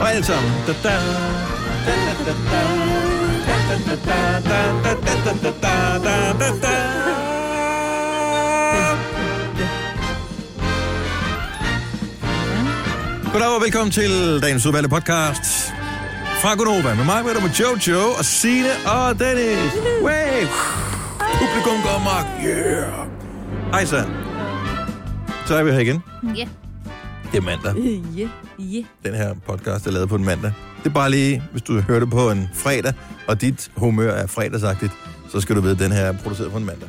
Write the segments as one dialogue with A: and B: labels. A: Hej alle sammen. Da, da. Goddag og velkommen til dagens udvalgte podcast fra Gunova med mig, med med Jojo og Signe og Dennis. Way! Publikum går mark. Yeah! Hej så. Så er vi her igen.
B: Ja.
A: Det er mandag.
B: Ja. Ja.
A: den her podcast er lavet på en mandag. Det er bare lige, hvis du hører det på en fredag, og dit humør er fredagsagtigt, så skal du vide, at den her er produceret på en mandag.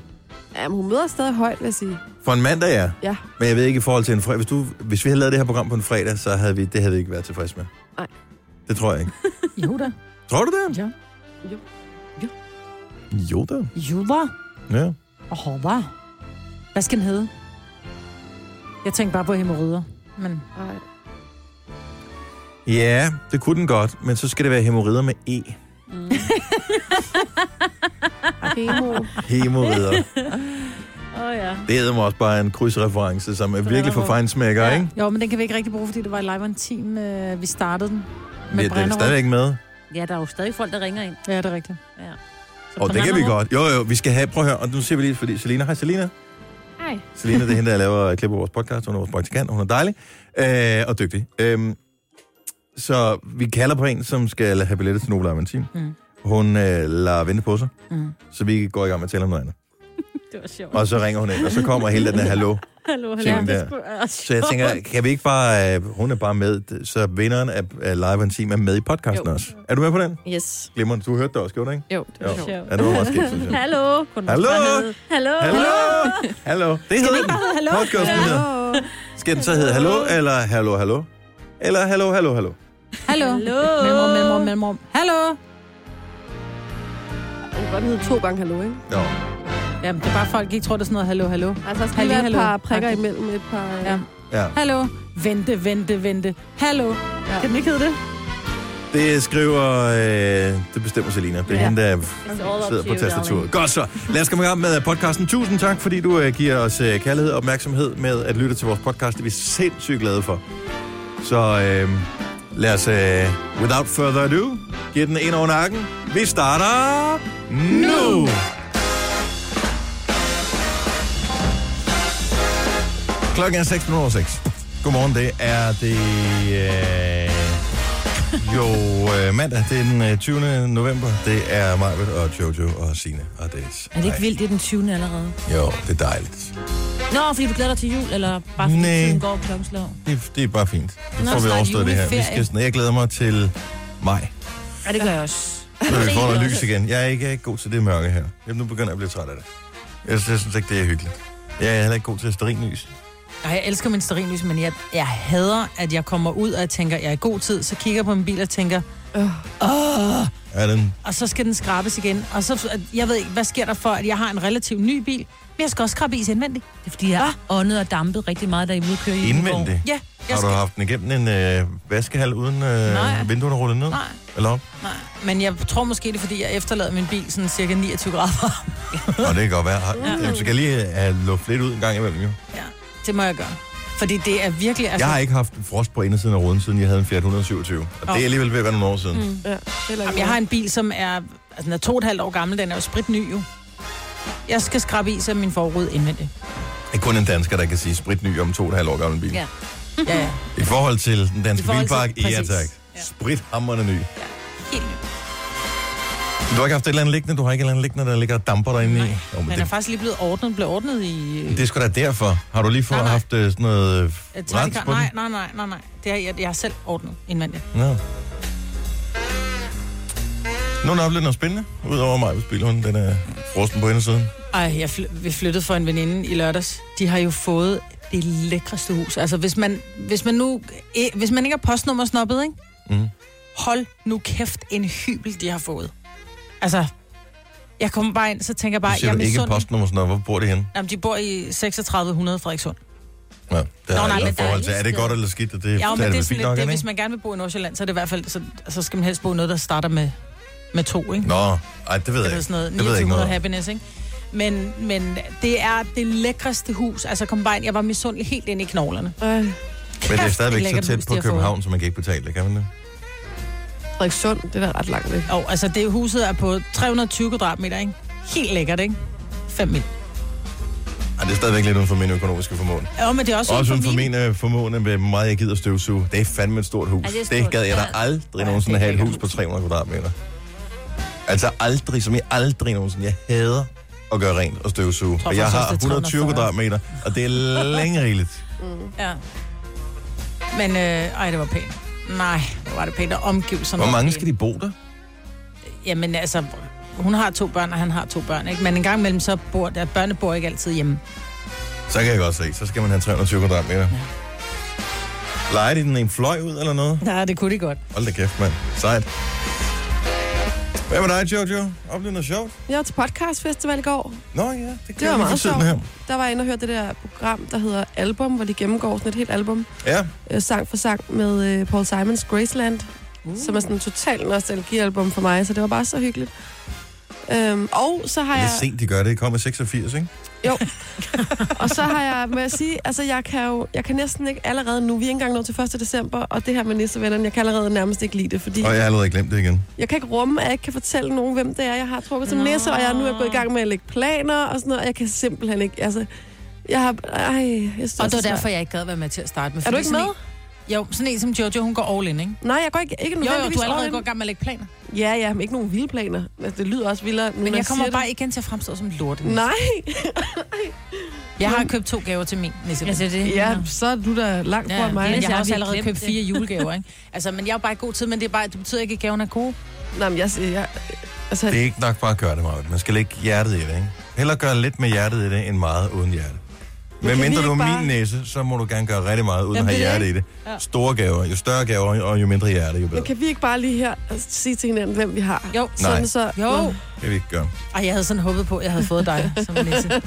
C: Jamen, hun møder stadig højt, vil jeg sige.
A: For en mandag, ja.
C: Ja.
A: Men jeg ved ikke i forhold til en fredag. Hvis, du, hvis vi havde lavet det her program på en fredag, så havde vi, det havde vi ikke været tilfredse med.
C: Nej.
A: Det tror jeg ikke.
B: Jo da.
A: Tror du det?
B: Ja.
C: Jo.
B: Jo.
A: Jo da.
B: Jo da.
A: Ja.
B: Og Hova. Hvad skal den hedde? Jeg tænkte bare på hemorrider. Men
C: Ej.
A: ja, det kunne den godt, men så skal det være hemorrider med E.
C: Kemo.
A: Hemorrider.
B: Åh oh, ja.
A: Det hedder mig også bare en krydsreference, som er
B: Så
A: virkelig
B: laver
A: for
B: du-
A: fejnsmækker, ja. ikke?
B: Jo, men den kan vi ikke rigtig bruge, fordi det var i live en team, øh, vi startede den.
A: Men det er
B: Brenderup.
A: stadigvæk med.
D: Ja, der er jo stadig folk, der ringer ind.
B: Ja, det er rigtigt.
D: Så
A: Og
D: på
A: det
D: den
A: kan vi
D: anden måde-
A: godt. Jo, jo, vi skal have, prøv at høre, og nu ser vi lige, fordi Selina, hej Selina.
E: Hej.
A: Selina, det er hende, der laver øh, klip af vores podcast, hun er vores praktikant, hun er dejlig øh, og dygtig. Øhm, så vi kalder på en, som skal have billetter til Nobel Amantin.
B: Mm.
A: Mm. Hun øh, lader vente på sig,
B: Mm.
A: så vi går i gang med at tale om noget andet.
D: Det var sjovt.
A: Og så ringer hun ind, og så kommer hele den her hallo.
D: Hallo, hallo.
A: Tænker
D: Det
A: der.
D: skulle- Ah,
A: Så jeg tænker, kan vi ikke bare, øh, hun er bare med, så vinderen af, af Live Amantin er med i podcasten
C: Jo.
A: også. Er du med på den?
C: Yes.
A: Glimrende, du hørte det også, gjorde du ikke?
C: Jo, det var
A: Jo.
C: sjovt.
D: sjovt.
A: Ja, det var meget skægt, synes jeg.
D: Hallo. Kunne den
A: Hallo?
D: også bare hedde, Hallo.
A: Hallo! Hallo! Det hedder den.
B: Hallo.
A: Podcasten hedder.
C: Hallo.
A: Skal den så hedde hallo, eller hallo, hallo? Eller hallo, hallo, hallo?
B: Hallo.
D: Hallo.
B: Mellemrum, mellemrum, mellemrum. Hallo.
C: Den kan godt hedde to gange hallo, ikke?
A: Jo.
B: Jamen, det er bare folk, ikke tror, det er sådan noget hallo, hallo.
C: Altså, der skal hallo,
B: Hallo,
C: være et
B: hallo.
C: par prikker
B: Agtigt.
C: imellem et par... øh.
B: Ja.
C: Ja.
A: Ja.
B: Hallo. Vente, vente, vente. Hallo. Ja. Kan den ikke hedde det?
A: Det skriver... Øh, det bestemmer Selina. Det er
C: Ja.
A: hende, der
D: It's all up
A: sidder
D: to
A: på
D: you,
A: tastaturet.
D: darling.
A: Godt så. Lad os komme i gang med podcasten. Tusind tak, fordi du øh, giver os øh, kærlighed og opmærksomhed med at lytte til vores podcast. Det er vi sindssygt glade for. Så øh, lad os, øh, without further ado, give den ind over nakken. Vi starter nu! nu. Klokken er 6.06. Godmorgen, det er det... Øh, jo, øh, mandag, det er den øh, 20. november. Det er Marvitt og Jojo og Sine og det
D: Er det ikke vildt, det er den 20. allerede?
A: Jo, det er dejligt.
D: Nå, fordi du glæder dig til jul, eller bare fordi
A: Nej.
D: tiden går klokkslag?
A: Det, det er bare fint. Nu
D: Nå,
A: får vi
D: snart
A: overstået det her. Vi skal,
D: juleferie.
A: sådan- jeg glæder mig til maj,
D: Ja, det gør jeg også.
A: så vi
D: Det
A: får
D: gør
A: noget
D: jeg
A: lys
D: også.
A: igen. Jeg er ikke øh, god til det mørke her. Jamen, nu begynder jeg at blive træt af det. Jeg synes, jeg synes ikke, det er hyggeligt. Jeg er heller ikke god til sterinlys.
B: Ej, jeg elsker min stearinlys, men jeg, jeg hader, at jeg kommer ud, og jeg tænker, jeg er i god tid, så kigger jeg på min bil og tænker,
C: Øh.
B: Åh,
A: Er den?
B: og så skal den skrabes igen. Og så, at- jeg ved ikke, hvad sker der for, at jeg har en relativt ny bil, men jeg skal også skrabe is indvendigt.
D: Det er fordi, jeg har åndet og dampet rigtig meget, da I udkører i
A: Indvendig.
B: Ja, jeg
A: Har du
B: skal,
A: haft den igennem en øh, vaskehal uden øh,
B: Nej.
A: vinduerne rullet ned?
B: Nej.
A: Eller op?
B: nej, men jeg tror måske, det er, fordi jeg efterlader min bil sådan cirka 29 grader.
A: Nå, det kan godt være. Har-
B: Mm.
A: Jamen, så kan jeg lige have luft lidt ud en gang imellem, jo.
B: ja, det må jeg gøre. Fordi det er virkelig... altså-
A: Jeg har ikke haft frost på indersiden af ruden, siden jeg havde en Fiat 127. Og det er
B: Åh.
A: alligevel ved at være nogle år siden. Mm.
C: ja. Heller
B: Jamen, jeg har en bil, som er, altså, den er to og et halvt år gammel. Den er jo spritny, jo. Jeg skal skrabe is af min forrude indvendigt.
A: Det er kun en dansker, der kan sige spritny om to og et halvt år gammel bil.
D: Ja.
B: Ja, ja.
A: I forhold til den danske
B: I forhold til-
A: bilpark, ja
B: præcis.
A: tak.
B: Ja.
A: Sprithammerne ny.
B: Helt ny.
A: Du har ikke haft et eller andet liggende, du har ikke et eller andet liggende, der ligger og damper derinde i. Jo, men
B: Den er
A: det,
B: faktisk lige blevet ordnet, blev ordnet i... øh,
A: det er sgu da derfor. Har du lige fået
B: Nej, nej.
A: haft øh, sådan noget øh,
B: et
A: rens
B: trækar-
A: på
B: nej, nej, nej, nej, nej. Det har jeg, jeg har selv ordnet indvendigt.
A: den? Nå. Nu er der oplevet noget spændende, udover mig, hvis bilen den er frosten på indersiden.
B: Ej, jeg fly, vi flyttede for en veninde i lørdags. De har jo fået det lækreste hus. Altså, hvis man, hvis man nu... Eh, hvis man ikke er postnummersnoppet, ikke?
A: Mm.
B: Hold nu kæft en hybel, de har fået. Altså, jeg kommer bare ind, så tænker jeg
A: Nu
B: bare...
A: siger du
B: jeg
A: ikke
B: misunder-
A: postnummer sådan noget. Hvor bor det henne?
B: Jamen, de bor i 3600 Frederikshund.
A: Ja, det
B: Nå,
A: har
B: nej,
A: jeg ikke noget
B: men der er
A: forhold til.
B: lige
A: Er det
B: steder.
A: godt eller skidt? og Det,
B: Ja,
A: er
B: jo, men det er
A: vel
B: sådan
A: fint
B: lidt,
A: nok,
B: det,
A: ikke?
B: hvis man gerne vil bo i Nordsjælland, så er det i hvert fald, så, så skal man helst bo i noget, der starter med, med to, ikke?
A: Nå, ej, det ved jeg
B: Eller
A: ikke.
B: sådan noget,
A: Det ved jeg ikke
B: 2900
A: noget om.
B: happiness, ikke? Men, men det er det lækreste hus. Altså, kom bare ind. Jeg var misundelig helt ind i knoglerne.
C: Øh,
A: Men det er
B: Kæft,
A: stadigvæk
B: et
A: så
B: lækkert
A: tæt
B: hus,
A: på
B: de har fået.
A: København, så man kan ikke betale det, kan man det?
C: Frederikssund, det er da ret langt væk.
B: Og altså, det huset er på 320 kvadratmeter, ikke? Helt lækkert, ikke? 5 mil.
A: Ej, det er stadigvæk lidt uden for min økonomiske formåen.
B: Ja, men det er også,
A: Også
B: uden
A: uden for min øh, formåen, hvor meget jeg gider støvsuge. Det er fandme et stort hus.
D: Ja, det er
A: det,
D: stort.
A: det gad jeg da
D: Ja.
A: aldrig
D: Ja,
A: nogensinde
D: det er
A: at have et
D: lækkert
A: hus på 300 kvadratmeter. Altså aldrig, som jeg aldrig nogensinde. Jeg hader at gøre rent og støvsuge.
B: tror
A: Og jeg
B: faktisk også,
A: har
B: det er
A: 120
B: 340.
A: kvadratmeter, og det er længe rigeligt.
B: Ja. Men, øh, ej, det var pænt. Nej, hvor var det pænt at omgive sådan
A: Hvor mange skal de bo der?
B: Jamen, altså, hun har to børn, og han har to børn, ikke? Men en gang imellem, så bor der, børnene bor ikke altid hjemme.
A: Så kan jeg godt se. Så skal man have 320 kvadratmeter. Leger de den en fløj ud eller noget?
B: Nej, det kunne de godt.
A: Hold da kæft, mand. Sejt. Hvad med dig, Jojo? Oplevede noget sjovt?
C: Jeg var til podcastfestival i går.
A: Nå ja, det,
C: Det var meget sjovt.
A: Her.
C: Der var jeg inde og hørte det der program, der hedder Album, hvor de gennemgår sådan et helt album,
A: Ja,
C: øh, sang for sang, med øh, Paul Simons Graceland,
B: Uh.
C: som er sådan en total nostalgialbum for mig, så det var bare så hyggeligt. Øhm, og så har
A: det
C: jeg...
A: er sent, de gør det. Det kommer 86, ikke?
C: Og så har jeg, må jeg sige, altså jeg kan jo, jeg kan næsten ikke allerede nu, vi er ikke engang nået til 1. december, og det her med nissevennerne, jeg kan allerede nærmest ikke lide det, fordi
A: Og jeg har allerede glemt det igen.
C: jeg kan ikke rumme, at jeg ikke kan fortælle nogen, hvem det er, jeg har trukket som
D: Nå.
C: nisse, og jeg nu er gået i gang med at lægge planer og sådan noget, og jeg kan simpelthen ikke, altså, jeg har, ej, jeg står
B: Og det
C: så
B: var derfor,
C: svært.
B: jeg ikke gad være med til at starte med.
C: Er du
B: fordi
C: ikke
B: sådan
C: med?
B: En, jo, sådan en som Jojo, hun går all in, ikke?
C: Nej, jeg går ikke, ikke
B: Jo, jo,
C: nødvendigvis
B: du er allerede
C: all in.
B: gået i gang med at lægge planer.
C: Ja, ja, men ikke nogen vilde planer. Altså, det lyder også vildere, nu,
B: Men
C: når
B: jeg kommer
C: siger
B: bare igen til at fremstå som lort.
C: det. Nej,
B: Jeg har købt to gaver til min nisse.
D: Altså, det
C: ja, så er du da langt
B: Ja,
C: fra
B: men
C: mig.
B: jeg har
D: har
B: også
D: virkelig
B: allerede
D: glemt
B: købt
D: det.
B: fire julegaver, ikke? Altså, men jeg er jo bare i god tid, men det, er bare, det betyder ikke, at gaven er gode.
C: Nej, men jeg, siger- jeg altså,
A: Det er ikke nok bare at gøre det meget. Man skal lægge hjertet i det, ikke? Heller gøre lidt med hjertet i det, end meget uden hjerte. Men
C: kan vi
A: mindre
C: ikke
A: du er
C: bare-
A: min næse, så må du gerne gøre rigtig meget uden
B: Jamen,
A: at have
B: det er det,
A: hjerte i det.
B: Ja.
A: Store gaver. Jo større gaver, og jo mindre hjerte, jo
C: men
A: bedre.
C: kan vi ikke bare lige her altså, sige til hinanden, hvem vi har?
B: Jo.
A: Nej.
C: Sådan så,
B: Jo.
A: Det kan vi ikke gøre.
B: Ej, jeg havde sådan håbet på, at jeg havde fået dig som nisse.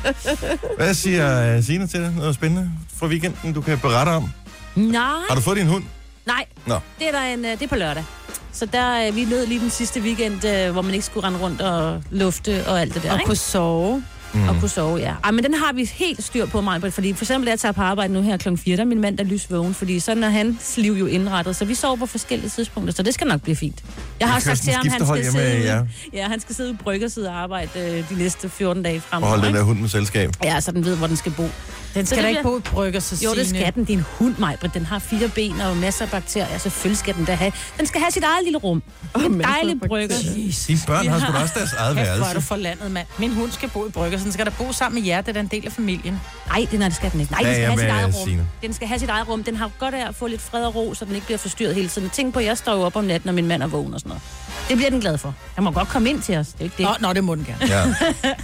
A: Hvad siger øh, Signe til det? Noget spændende fra weekenden, du kan berette om?
D: Nej,
A: Har du fået din hund?
D: nej.
A: Nå.
D: Det er, der en, øh, det er på lørdag. Så der, øh, vi nød lige den sidste weekend, øh, hvor man ikke skulle rende rundt og lufte og alt det der.
B: Og
D: ikke?
B: kunne sove.
A: Mm.
D: Og kunne sove, ja. Ej, men den har vi helt styr på, mig, fordi for eksempel, da jeg tager på arbejde nu her kl. 4, der er min mand, der er lysvågen, fordi sådan er hans liv jo indrettet, så vi sover på forskellige tidspunkter, så det skal nok blive fint. Jeg har
A: Vi
D: også
A: kører
D: sagt til
A: sådan
D: ham, han
A: skiftehold
D: skal,
A: hjemme,
D: sidde,
A: ja.
D: ja. ja, han skal sidde i brygge og sidde og arbejde øh, de næste 14 dage
A: Og holde
D: fremover.
A: den der
D: ikke?
A: hund med selskab.
D: Ja, så den ved, hvor den skal bo.
B: Den skal
D: det
B: da ikke
D: bliver-
B: bo i brygger, så
D: Jo, det
B: Signe.
D: skal den. Det er en hund, Majbrit. Den har fire ben og masser af bakterier. Selvfølgelig skal den da have. Den skal have sit eget lille rum. En dejlig brygge.
B: Jesus.
A: Dine børn
B: Vi
A: har sgu da også deres eget
B: Kæft, hvor er du
A: værelse.
B: for landet, mand. Min hund skal bo i brygger, så den skal da bo sammen med jer, det er da en del af familien.
D: Nej, det, nej, det skal den ikke. Nej,
A: Ja,
D: den skal
A: ja,
D: have sit
A: hvad
D: eget
A: Signe?
D: rum. Den skal have sit eget rum. Den har godt af at få lidt fred og ro, så den ikke bliver forstyrret hele tiden. Tænk på, at jeg står jo op om natten, og min mand er vågen og sådan noget. Det bliver den glad for. Han må godt komme ind til os. Det er jo ikke det.
B: Nå, nå, det må den gerne.
A: Ja.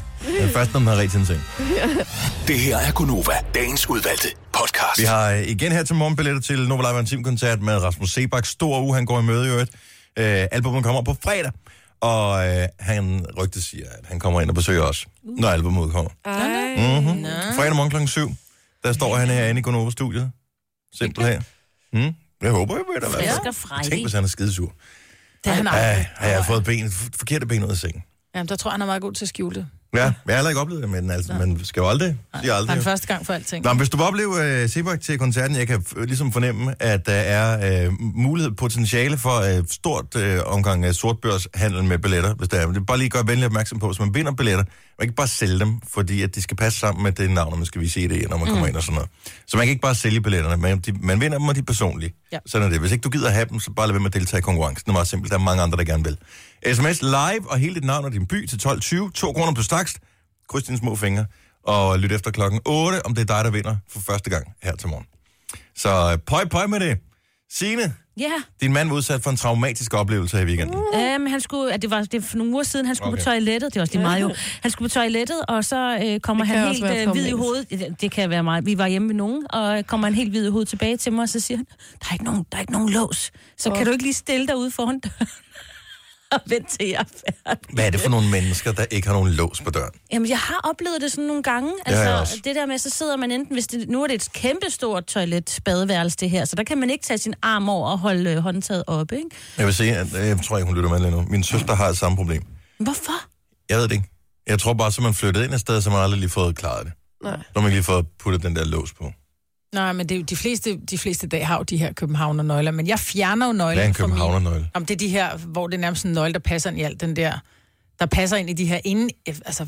A: Men først, når den har rigtig en seng.
E: Det her er Gonova, dagens udvalgte podcast.
A: Vi har øh, igen her til morgen billetter til Nova Live Team-koncert med Rasmus Sebak. Stor uge, han går i møde i øvrigt. Øh, albumet kommer på fredag, og øh, han rygte siger, at han kommer ind og besøger os, når albumet udkommer.
C: Ej.
B: Øh,
A: Mm-hmm. Fredag morgen klokken 7, der står han herinde i Gonova Studiet. Simpelthen. Mm? Jeg håber, jeg ved det. i hvert fald.
D: Frisk og frejdig.
A: Tænk, hvis han er skidesur.
B: Det er han
A: Ej,
B: aldrig.
A: har jeg fået ben, forkerte ben ud af sengen?
B: Jamen, der tror jeg, han er meget god til at skjule det.
A: Ja, jeg har heller ikke oplevet det, men altså, man skal jo aldrig sige
B: Der er
A: aldrig.
B: en første gang for alting.
A: Nå, men hvis du vil opleve øh, Sebak til koncerten, jeg kan f- ligesom fornemme, at der er øh, mulighed, potentiale for øh, stort øh, omgang af sortbørshandel med billetter, hvis der er. Men det er bare lige gør venlig opmærksom på, hvis man binder billetter, man kan ikke bare sælge dem, fordi at de skal passe sammen med det navn, man skal vise i det, når man kommer ind og sådan noget. Så man kan ikke bare sælge billetterne, men de, man vinder dem, og de er personlige.
B: Ja.
A: Sådan er det. Hvis ikke du gider have dem, så bare lad være med at deltage i konkurrencen. Det er meget simpelt. Der er mange andre, der gerne vil. SMS live og hele dit navn og din by til 12.20. 2 kroner på stakst kryds dine små fingre, og lyt efter klokken 8, om det er dig, der vinder for første gang her til morgen. Så øh, pøj, pøj med det. Signe,
D: Ja.
A: din mand var udsat for en traumatisk oplevelse her i weekenden.
D: Øhm, han skulle, at det var det var for nogle uger siden, han skulle okay.
A: Okay.
D: på toilettet. Det var også lige meget jo. Han skulle på toilettet, og så øh, kommer
C: Det kan
D: han
C: også
D: helt
C: være
D: øh, hvid i
C: traumatisk.
D: hovedet. Det, det kan være meget. Vi var hjemme med nogen, og øh, kommer han helt hvid i hovedet tilbage til mig, og så siger han, der er ikke nogen, der er ikke nogen lås. Så kan du ikke lige stille dig ude foran døren og vente til jeg er færdig?
A: Hvad er det for nogle mennesker, der ikke har nogen lås på døren?
D: Jamen, jeg har oplevet det sådan nogle gange.
A: har jeg
D: Altså,
A: også.
D: det der med, så sidder man enten, hvis det, nu er det et kæmpestort toilet, badeværelse det her, så der kan man ikke tage sin arm over og holde øh, håndtaget oppe, ikke?
A: Jeg vil sige, at øh, jeg tror ikke, hun lytter med lige nu. Min søster har samme problem.
D: Hvorfor?
A: Jeg ved det ikke. Jeg tror bare, så man flyttede ind et sted, så man aldrig lige fået klaret det.
C: Nej.
A: Så har man ikke lige fået puttet den der lås på.
B: Nej, men det er jo de fleste, de fleste dage har jo de her københavnernøgler, men jeg fjerner jo
A: Hvad er en
B: nøglen fra min...
A: københavnernøgle?
B: Om det er de her, hvor det er nærmest en nøgle, der passer ind i alt den der... Der passer ind i de her inden, altså,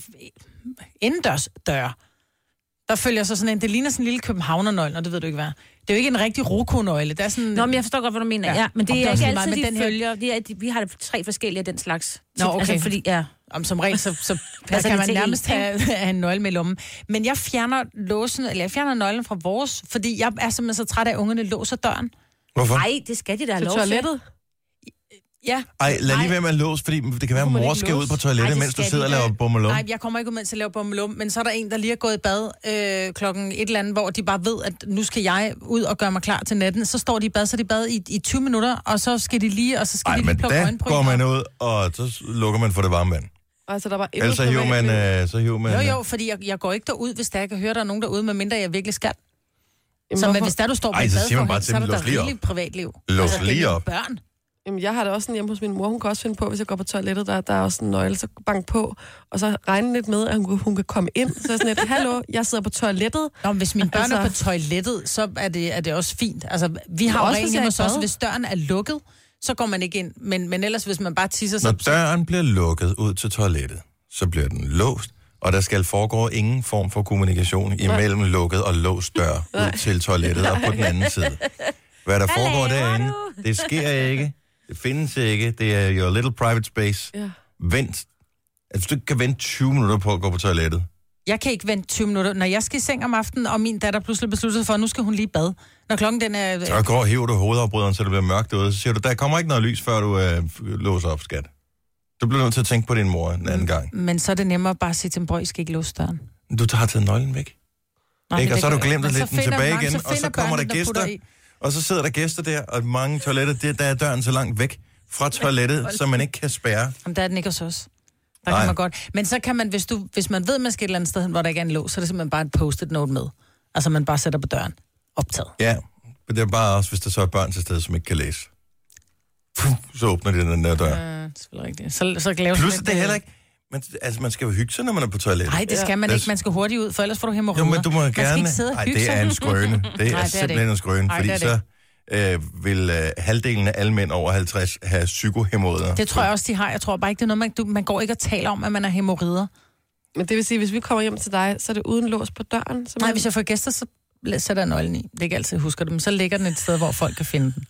B: indendørs døre. Der følger så sådan en... Det ligner sådan en lille københavnernøgle, og det ved du ikke hvad. Det er jo ikke en rigtig roko-nøgle. Det er sådan...
D: Nå, men jeg forstår godt, hvad du mener.
B: Ja.
D: Ja, ja men det
B: Om
D: er,
B: det er også
D: ikke
B: lige meget
D: altid,
B: med
D: de
B: den
D: den
B: her-
D: følger. Det er, de, vi har tre forskellige af den slags.
B: Nå, okay.
D: Altså, fordi, ja.
B: Om som regel, så, så der
D: Passer
B: kan
D: det
B: man
D: til
B: nærmest
D: én ting?
B: have, have en nøgle med i lommen. Men jeg fjerner låsen, eller jeg fjerner nøglen fra vores, fordi jeg er simpelthen så træt af, at ungerne låser døren.
A: Hvorfor?
D: Nej, det skal de da have
C: Til
D: lov
C: toilettet?
B: Ja,
A: Ej, lad lige være med at låse, fordi det kan være, at
B: må man
A: mor
B: ikke
A: skal ud
B: låse.
A: på toilettet,
D: Ej, det
A: mens du
D: skal
A: sidder og
D: de da.
A: laver bummelum.
B: Nej, jeg kommer ikke ud, mens jeg laver bummelum, men så er der en, der lige er gået i bad øh, klokken et eller andet, hvor de bare ved, at nu skal jeg ud og gøre mig klar til natten. Så står de i bad, så er de i bad i, i 20 minutter, og så skal de lige, og så skal
A: Nej,
B: de lige
A: men
B: plukke
A: der
B: øjenbryn.
A: går man
B: op.
A: ud, og så lukker man for det varme vand.
C: Altså, der var endnu
A: Ellers så hiver man... Øh, så hiver man
B: Jo, jo, fordi jeg, jeg går ikke derud, hvis der jeg kan høre, der er nogen derude, medmindre jeg virkelig skal.
C: Jamen,
B: Så men
C: hvorfor-
B: hvis der du står på
A: Ej,
B: et
A: så siger man bare
B: badeforhæng,
A: til
B: så er
A: dem, "Lås
B: der
A: lige op."
B: rigeligt privatliv. Altså,
A: Lås
B: det er
A: lige
B: mine
A: op.
B: Børn.
C: Jamen, jeg har det også sådan hjemme hos min mor. Hun kan også finde på, hvis jeg går på toilettet, der, der er også en nøgle, så bank på. Og så regne lidt med, at hun, kan- hun kan komme ind. Så er jeg sådan lidt, hallo, jeg sidder på toilettet.
B: Nå, men hvis mine børn altså... er på
C: Altså-
B: toilettet, så er det, er det også fint. Altså, vi har
C: også,
B: jo
C: hvis
B: rent
C: jeg er i
B: hjemme hos os,
C: bad.
B: hvis døren er lukket, så går man ikke ind. Men, men ellers, hvis man bare tisser,
A: Når
B: så...
A: døren bliver lukket ud til toilettet, så bliver den låst, og der skal foregå ingen form for kommunikation imellem lukket og låst dør ud til toilettet og på den anden side. Hvad der foregår
D: laver
A: derinde,
D: du?
A: det sker ikke, det findes ikke, det er your little private space.
C: Ja.
A: Vent. Altså, du ikke kan vente 20 minutter på at gå på toilettet.
B: Jeg kan ikke vente 20 minutter. Når jeg skal i seng om aftenen, og min datter pludselig besluttede for, at nu skal hun lige i bad. Når klokken den er...
A: Så går og hiver du hovedafbryderen, så det bliver mørkt derude. Så siger du, der kommer ikke noget lys, før du øh, låser op, skat. Du bliver nødt til at tænke på din mor en anden gang.
B: Men så er det nemmere bare at sige til en brød, I skal ikke låse døren.
A: Du har taget nøglen væk.
B: Nå,
A: Ikke?
B: men
A: Og så har
B: det-
A: du glemt at
B: Men så
A: lægge den
B: finder-
A: tilbage
B: nej,
A: igen, og så
B: finder
A: kommer
B: børnene,
A: der gæster.
B: putter i.
A: Og så sidder der gæster der, og mange toiletter, det, der er døren så langt væk fra toilettet, så man ikke kan spærre.
B: Jamen, der er den ikke hos os. Der
A: Nej.
B: kan man godt. Men så kan man, hvis, du, hvis man ved, man skal et eller andet sted hen, hvor der ikke er en lås, så er det simpelthen bare et post-it note med. Altså, man bare sætter på døren. Optaget.
A: Ja, men det er bare også, hvis der så er børn til stede, som ikke kan læse. Puh, Så åbner de den der dør.
B: Ja, selvfølgelig rigtigt. Så, så laver
A: Plus, det er heller ikke... Men, altså, man skal jo hygge sig, når man er på toilettet.
B: Nej, det skal man
A: Ja.
B: ikke. Man skal hurtigt ud, for ellers får du hemorroider.
A: Jo, men du må
B: man
A: gerne...
B: skal ikke sidde og
A: Ej,
B: hygge
A: det er en
B: sig.
A: skrøne. Det er,
B: det er det
A: simpelthen
B: ikke.
A: en skrøne,
B: Ej,
A: fordi
B: det er
A: så
B: det
A: øh, vil øh, halvdelen af alle mænd over 50 have psykohemoder.
B: Det tror jeg også, de har. Jeg tror bare ikke, det er noget, man, du, man går ikke og taler om, at man er hemorrider.
C: Men det vil sige, hvis vi kommer hjem til dig, så er det uden lås på døren. Så
B: Nej, hvis jeg får gæster, så la- sætter jeg nøglen i. Det er ikke altid, jeg husker dem. Så ligger den et sted, hvor folk kan finde den.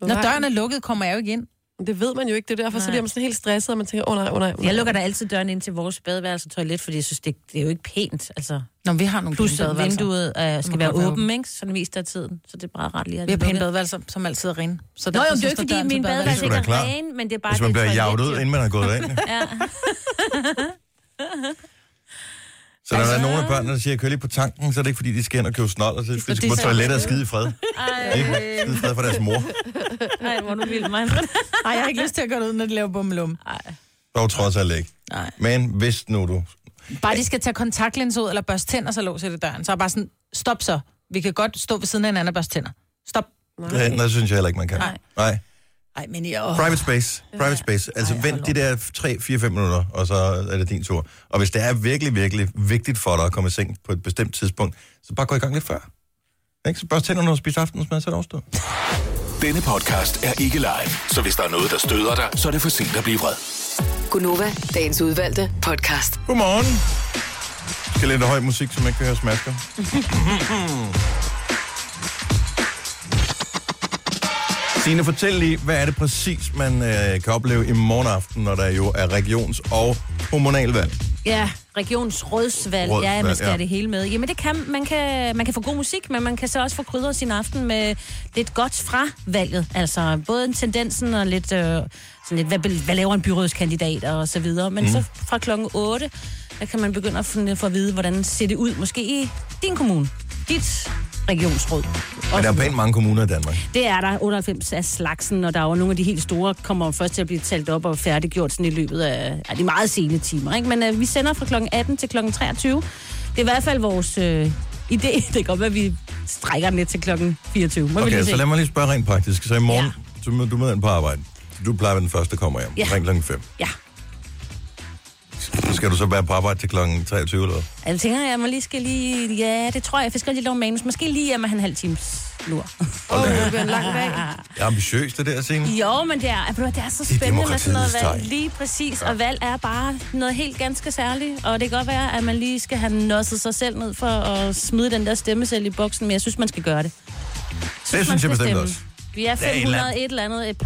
B: Når døren er lukket, kommer jeg jo ikke ind.
C: Det ved man jo ikke, det er derfor, så
D: Nej.
C: bliver man sådan helt stresset, og man tænker, åh oh, nej, åh oh, nej, oh, nej.
D: Jeg lukker da altid døren ind til vores badeværelse og toilet, fordi jeg synes, det, det er jo ikke pænt. Altså,
B: Nå, vi har nogle
D: plus
B: pæne
D: at
B: badeværelser.
D: vinduet øh, skal
B: må
D: være
B: godt være
D: åbent, ikke? Så det meste af tiden. Så det er bare rart lige at
B: Vi har pæne
D: lukke.
B: badeværelser, som altid er rene. Så
D: Nå,
B: derfor
D: jo, det er jo
B: så
D: ikke,
B: står
D: fordi
B: døren til
D: min badeværelse
A: Det
D: ikke er
A: er sgu da klart.
D: ren, men det er bare
A: Hvis man
D: det er
A: bliver
D: et
A: javnet
D: toilet,
A: ud,
D: jo.
A: inden man har gået ind.
D: Ja.
A: Så når der er
B: Altså-
A: nogen af børnene, der siger, kør lige på tanken, så er det ikke, fordi de skal ind og købe snold, og så er det, fordi de skal
B: de
A: på
B: selv-
A: toilettet og skide i fred. Ikke? Skide i fred for deres mor.
D: Ej, hvor er du vild, mig.
B: Nej, jeg har ikke lyst til at gå ud, når de laver bummelum.
A: Dog trods alt ikke.
B: Nej.
A: Men hvis nu du...
B: Bare de skal tage kontaktlinser ud, eller børste tænder, så låser det døren. Så er jeg bare sådan, stop så. Vi kan godt stå ved siden af hinanden og børste tænder. Stop.
A: Nej. Det, synes jeg heller ikke, man kan.
B: Nej.
A: Nej.
B: Ej, men jeg... Åh.
A: Private space. Private space. Altså
B: Ej,
A: vent de der 3-4-5 minutter, og så er det din tur. Og hvis det er virkelig, virkelig vigtigt for dig at komme i seng på et bestemt tidspunkt, så bare gå i gang lidt før. Ikke? Så børst tænderne og spise aftensmad, så er det overstået.
E: Denne podcast er ikke live, så hvis der er noget, der støder dig, så er det for sent at blive vred.
F: Gunova, dagens udvalgte podcast.
A: Godmorgen. Jeg skal lidt af høj musik, som ikke kan høre smasker. Hmm. Signe, fortæl lige, hvad er det præcis, man øh, kan opleve i morgenaften, når der jo er regions- og kommunalvalg?
D: Ja, regionsrådsvalg.
A: Rådsvalg,
D: ja, man skal
A: ja.
D: ja. have det hele med. Jamen, det kan, man, kan, man kan få god musik, men man kan så også få krydret sin aften med lidt godt fra valget. Altså, både en tendensen og lidt, øh, sådan lidt hvad, bel- hvad laver en byrådskandidat og så videre. Men mm. så fra klokken 8, der kan man begynde at finde, få at vide, hvordan ser det ud, måske i din kommune, dit regionsråd.
A: Men der er pænt mange kommuner i Danmark.
D: Det er der 98 af slagsen, og der er jo nogle af de helt store, kommer først til at blive talt op og færdiggjort sådan i løbet af, af de meget sene timer. Ikke? Men øh, vi sender fra kl. 18 til kl. 23. Det er i hvert fald vores øh, idé. Det kan godt være, at vi strækker den lidt til kl. 24. Må vi
A: Okay,
D: lige
A: så
D: se.
A: lad mig lige spørge rent praktisk. Så i morgen, ja. du, møder- du møder ind på arbejde. Du plejer at være den første, der kommer hjem.
D: Ja.
A: Ring klokken 5.
D: Ja.
A: Så skal Skal du så være på arbejde til klokken 23 eller hvad?
D: Jeg Altså, tænker, jeg må lige skal lige... Ja, det tror jeg. Jeg skal lige lave manus. Måske lige hjemme han en halv times lur.
C: Åh, oh, det bliver en lang dag.
A: Det er ambitiøst, det der scene.
D: Jo, men det er, altså, det er så
A: Mm. Det er
D: spændende med sådan noget
A: demokratiets
D: valg.
A: tegn.
D: Lige præcis, og valg er bare noget helt ganske særligt. Og det kan godt være, at man lige skal have nosset sig selv ned for at smide den der stemmesel i boksen, men jeg synes, man skal gøre det.
A: Det
D: man
A: synes jeg
D: skal
A: bestemt
D: stemme.
A: også.
D: Vi er
A: Der er et eller
D: 500 et eller andet. Et,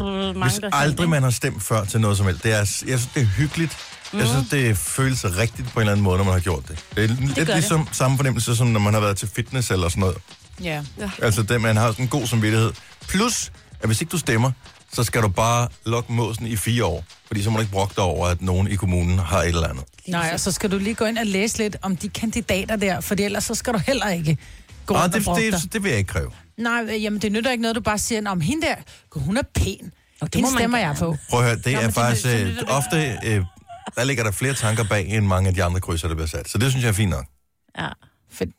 A: Hvis aldrig man har stemt før til noget som helst. Det er, jeg synes, det er hyggeligt. Jeg synes, det føles rigtigt på en eller anden måde, når man har gjort det. Det er lidt
D: gør Mhm. det.
A: ligesom samme fornemmelse, som når man har været til fitness eller sådan noget.
B: Ja.
A: Altså, det, man har sådan en god samvittighed. Plus, at hvis ikke du stemmer, så skal du bare lokke måsen i fire år. Fordi så må du ikke brokke dig over, at nogen i kommunen har et eller andet.
B: Nej, og så skal du lige gå ind og læse lidt om de kandidater der, for ellers så skal du heller ikke gå
A: Og
B: rundt
A: det,
B: og brokke dig.
A: det, det vil jeg ikke kræve.
B: Nej, øh, jamen det nytter ikke noget, du bare siger, om hende der, gud, hun er pæn. Og det hende
D: må man
B: stemmer
D: gerne.
B: jeg på.
A: Prøv at høre, det
D: Nå,
A: er
D: men det-
A: faktisk
D: så
A: øh,
D: lytter det-
A: ofte... Øh, der ligger der flere tanker bag, end mange af de andre krydser, der bliver sat. Så det synes jeg er fint nok.
D: Ja.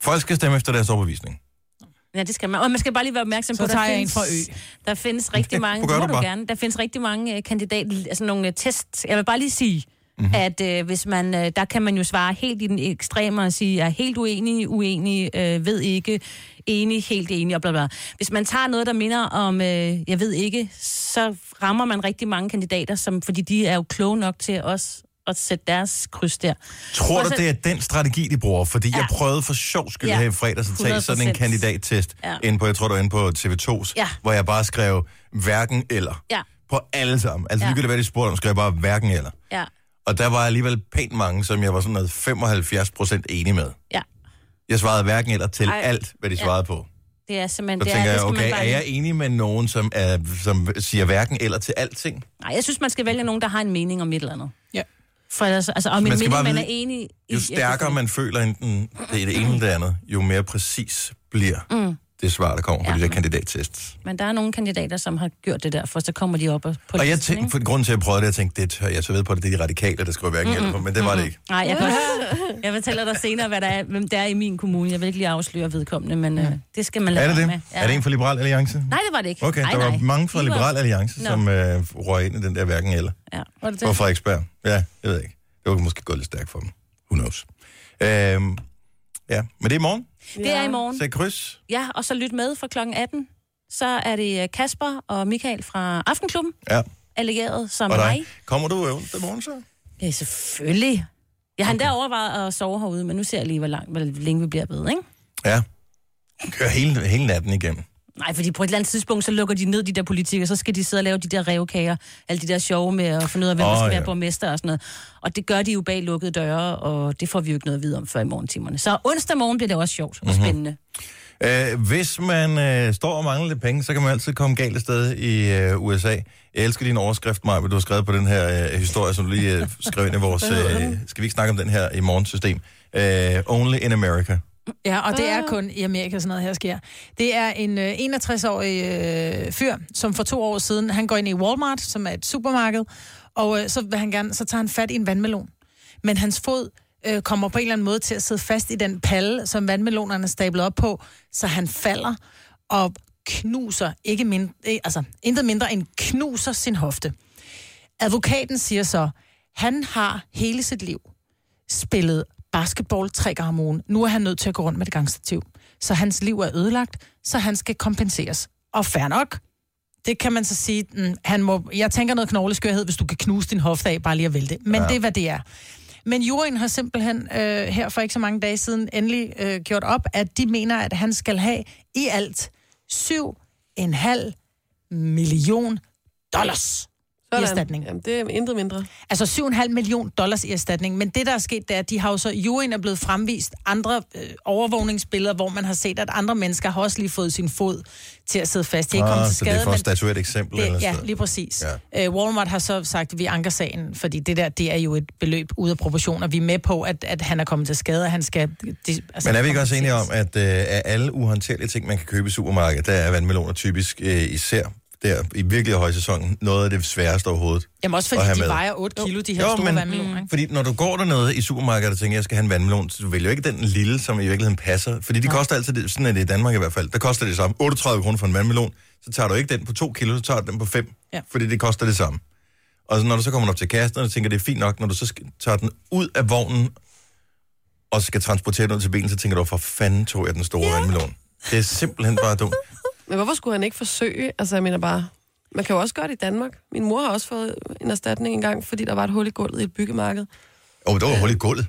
A: Folk skal stemme efter deres overbevisning.
D: Ja, det skal man. Og man skal bare lige være opmærksom
B: Så
D: på, der
B: tager jeg
D: findes,
B: en fra
D: Der findes rigtig mange,
A: gør
D: det må
A: du bare.
D: du gerne, der findes rigtig mange uh, kandidat, altså nogle uh, test. Jeg vil bare lige sige,
A: Mhm.
D: mm-hmm. at uh, hvis man, uh, der kan man jo svare helt i den ekstreme og sige, jeg er helt uenig, uenig, uh, ved ikke, enig, helt enig og bla bla. Hvis man tager noget, der minder om, uh, jeg ved ikke, så rammer man rigtig mange kandidater, som, fordi de er jo kloge nok til også at sætte deres kryds der.
A: Tror
D: Og
A: du,
D: så-
A: det er den strategi, de bruger? Fordi ja. jeg
D: Ja.
A: prøvede for sjov skyld
D: Ja.
A: her i fredags at tage sådan en
D: 100%.
A: kandidattest ja.
D: Ja.
A: ind på, jeg tror, du var inde på TV2's,
D: Ja.
A: hvor jeg bare skrev hverken eller.
D: Ja.
A: På alle sammen. Altså
D: Ja.
A: ligegyldigt, hvad de spurgte om, skrev jeg bare hverken eller.
D: Ja,
A: Og der var alligevel pænt mange, som jeg var sådan noget 75 procent enig med.
D: ja.
A: Jeg svarede hverken eller til Ej.
D: Ej.
A: alt, hvad de
D: Ja.
A: svarede på.
D: Det er simpelthen...
A: Så
D: det er,
A: tænker
D: det
A: jeg,
D: skal man
A: okay,
D: bare
A: er
D: lige-
A: jeg enig med nogen, som, er, som siger hverken eller til alting?
D: Nej, jeg synes, man skal vælge nogen, der har en mening om et eller andet.
B: Ja.
D: For ellers, altså, om en
A: Man skal
D: mening,
A: bare
D: man
A: vide,
D: er enig i...
A: Jo stærkere man føler enten det er det ene eller det andet, jo mere præcis bliver mm. det svar, der kommer på ja.
D: Ja.
A: de der kandidattests.
D: Men der er nogle kandidater, som har gjort det der, for så kommer de op og... På
A: Og jeg
D: listen,
A: tænkte, for grunden til, at jeg prøvede det, jeg tænkte, det tør jeg så ved på, det, det er de radikale, der skriver hverken mm-hmm. på, men det var det ikke.
D: Nej, jeg, kan også, jeg fortæller dig senere, hvad der er, hvem der er i min kommune. Jeg vil ikke lige afsløre vedkommende, men øh, det skal man lade
A: Er det
D: være
A: det?
D: Med.
A: Er det en fra Liberal Alliance?
D: Nej, det var det ikke.
A: Okay,
D: nej,
A: der var
D: nej.
A: mange fra
D: De var-
A: Liberal Alliance,
D: Nå.
A: som øh, røg ind i den der hverken eller.
D: Ja.
B: Var det
A: Det var
B: det?
A: fra ekspert. Ja, jeg ved ikke. Det var måske gået lidt stærkt for dem. Who knows? Øhm, ja, men det er i morgen.
D: Det er i morgen.
A: Så kryds.
D: Ja, og så lyt med fra klokken 18. Så er det øh, Kasper og Michael fra Aftenklubben,
A: Ja,
D: allegeret som
A: og
D: mig.
A: dig. Kommer du øh, i morgen så?
D: Ja, selvfølgelig. Jeg har endda overvejet at sove herude, men nu ser jeg lige, hvor, langt, hvor længe vi bliver ved, ikke?
A: Ja. Kør hele, hele natten igennem.
D: Nej, fordi på et eller andet tidspunkt, så lukker de ned de der politikere, så skal de sidde og lave de der revkager, alle de der sjove med at finde ud af, hvem
A: Åh,
D: oh, der skal
A: ja.
D: ja. være borgmester og sådan noget. Og det gør de jo bag lukkede døre, og det får vi jo ikke noget at vide om før i morgentimerne. Så onsdag morgen bliver det også sjovt
B: Mhm.
D: og spændende.
A: Øh, hvis man øh, står og mangler lidt penge, så kan man altid komme galt af sted i øh, USA. Jeg elsker din overskrift, Maja, du har skrevet på den her øh, historie, som du lige øh, skrev ind i vores... Øh, skal vi ikke snakke om den her i morgensystem? Øh, only in America.
B: Ja, og det er kun i Amerika, sådan noget her sker. Det er en øh, 61-årig øh, fyr, som for to år siden, han går ind i Walmart, som er et supermarked, og øh, så, vil han gerne, så tager han fat i en vandmelon. Men hans fod øh, kommer på en eller anden måde til at sidde fast i den palle, som vandmelonerne er stablet op på, så han falder og knuser, ikke mind, øh, altså, intet mindre end knuser sin hofte. Advokaten siger så, han har hele sit liv spillet basketball tre gange om ugen. Nu er han nødt til at gå rundt med det gangstativ. Så hans liv er ødelagt, så han skal kompenseres. Og fair nok. Det kan man så sige, mm, han må, jeg tænker noget knogleskørhed, hvis du kan knuse din hofte af, bare lige at vælte. Men ja. det er, hvad det er. Men juryen har simpelthen øh, her for ikke så mange dage siden endelig øh, gjort op, at de mener, at han skal have i alt 7,5 million dollars i erstatning.
C: Jamen, det er intet mindre.
B: Altså 7,5 million dollars i erstatning. Men det, der er sket, det er, at de har jo så, juryen er blevet fremvist andre øh, overvågningsbilleder, hvor man har set, at andre mennesker har også lige fået sin fod til at sidde fast. De er ikke kommet
A: Ah,
B: til
A: så det
B: skade,
A: er for at
B: men
A: statuere et eksempel. Det, eller
B: det, ja,
A: sådan.
B: lige præcis. Ja. Øh, Walmart har så sagt, at vi anker sagen, fordi det der, det er jo et beløb ude af proportioner. Vi er med på, at, at han er kommet til skade, og han skal... De, altså,
A: Men er vi ikke også enige om,
B: kompenseres.
A: at øh, af alle uhåndterlige ting, man kan købe i supermarkedet, der er vandmeloner typisk øh, især der i virkelig højsæsonen noget af det sværeste overhovedet.
B: Jamen også
A: at have
B: fordi de
A: med?
B: vejer 8 kilo, de her
A: Jo,
B: store
A: men-
B: men... vandmeloner, ikke?
A: Fordi når du går dernede i supermarkedet og tænker, jeg skal have en vandmelon, så du vælger jo ikke den lille, som i virkeligheden passer. Fordi de ja. koster altid, det- sådan er det i Danmark i hvert fald, der koster det samme. 38 kroner for en vandmelon, så tager du ikke den på 2 kilo, så tager du den på 5, ja.
B: Ja.
A: fordi det koster det samme. Og så, når du så kommer den op til kasterne, og tænker, det er fint nok, når du så sk- tager den ud af vognen, og skal transportere den ud til bilen, så tænker du, for fanden tog jeg den store yeah. vandmelon. Det er simpelthen bare dumt.
C: Men hvorfor skulle han ikke forsøge? Altså, jeg mener bare, man kan jo også gøre det i Danmark. Min mor har også fået en erstatning engang, fordi der var et hul i gulvet i et byggemarked.
A: Åh, oh, der var hul i gulvet.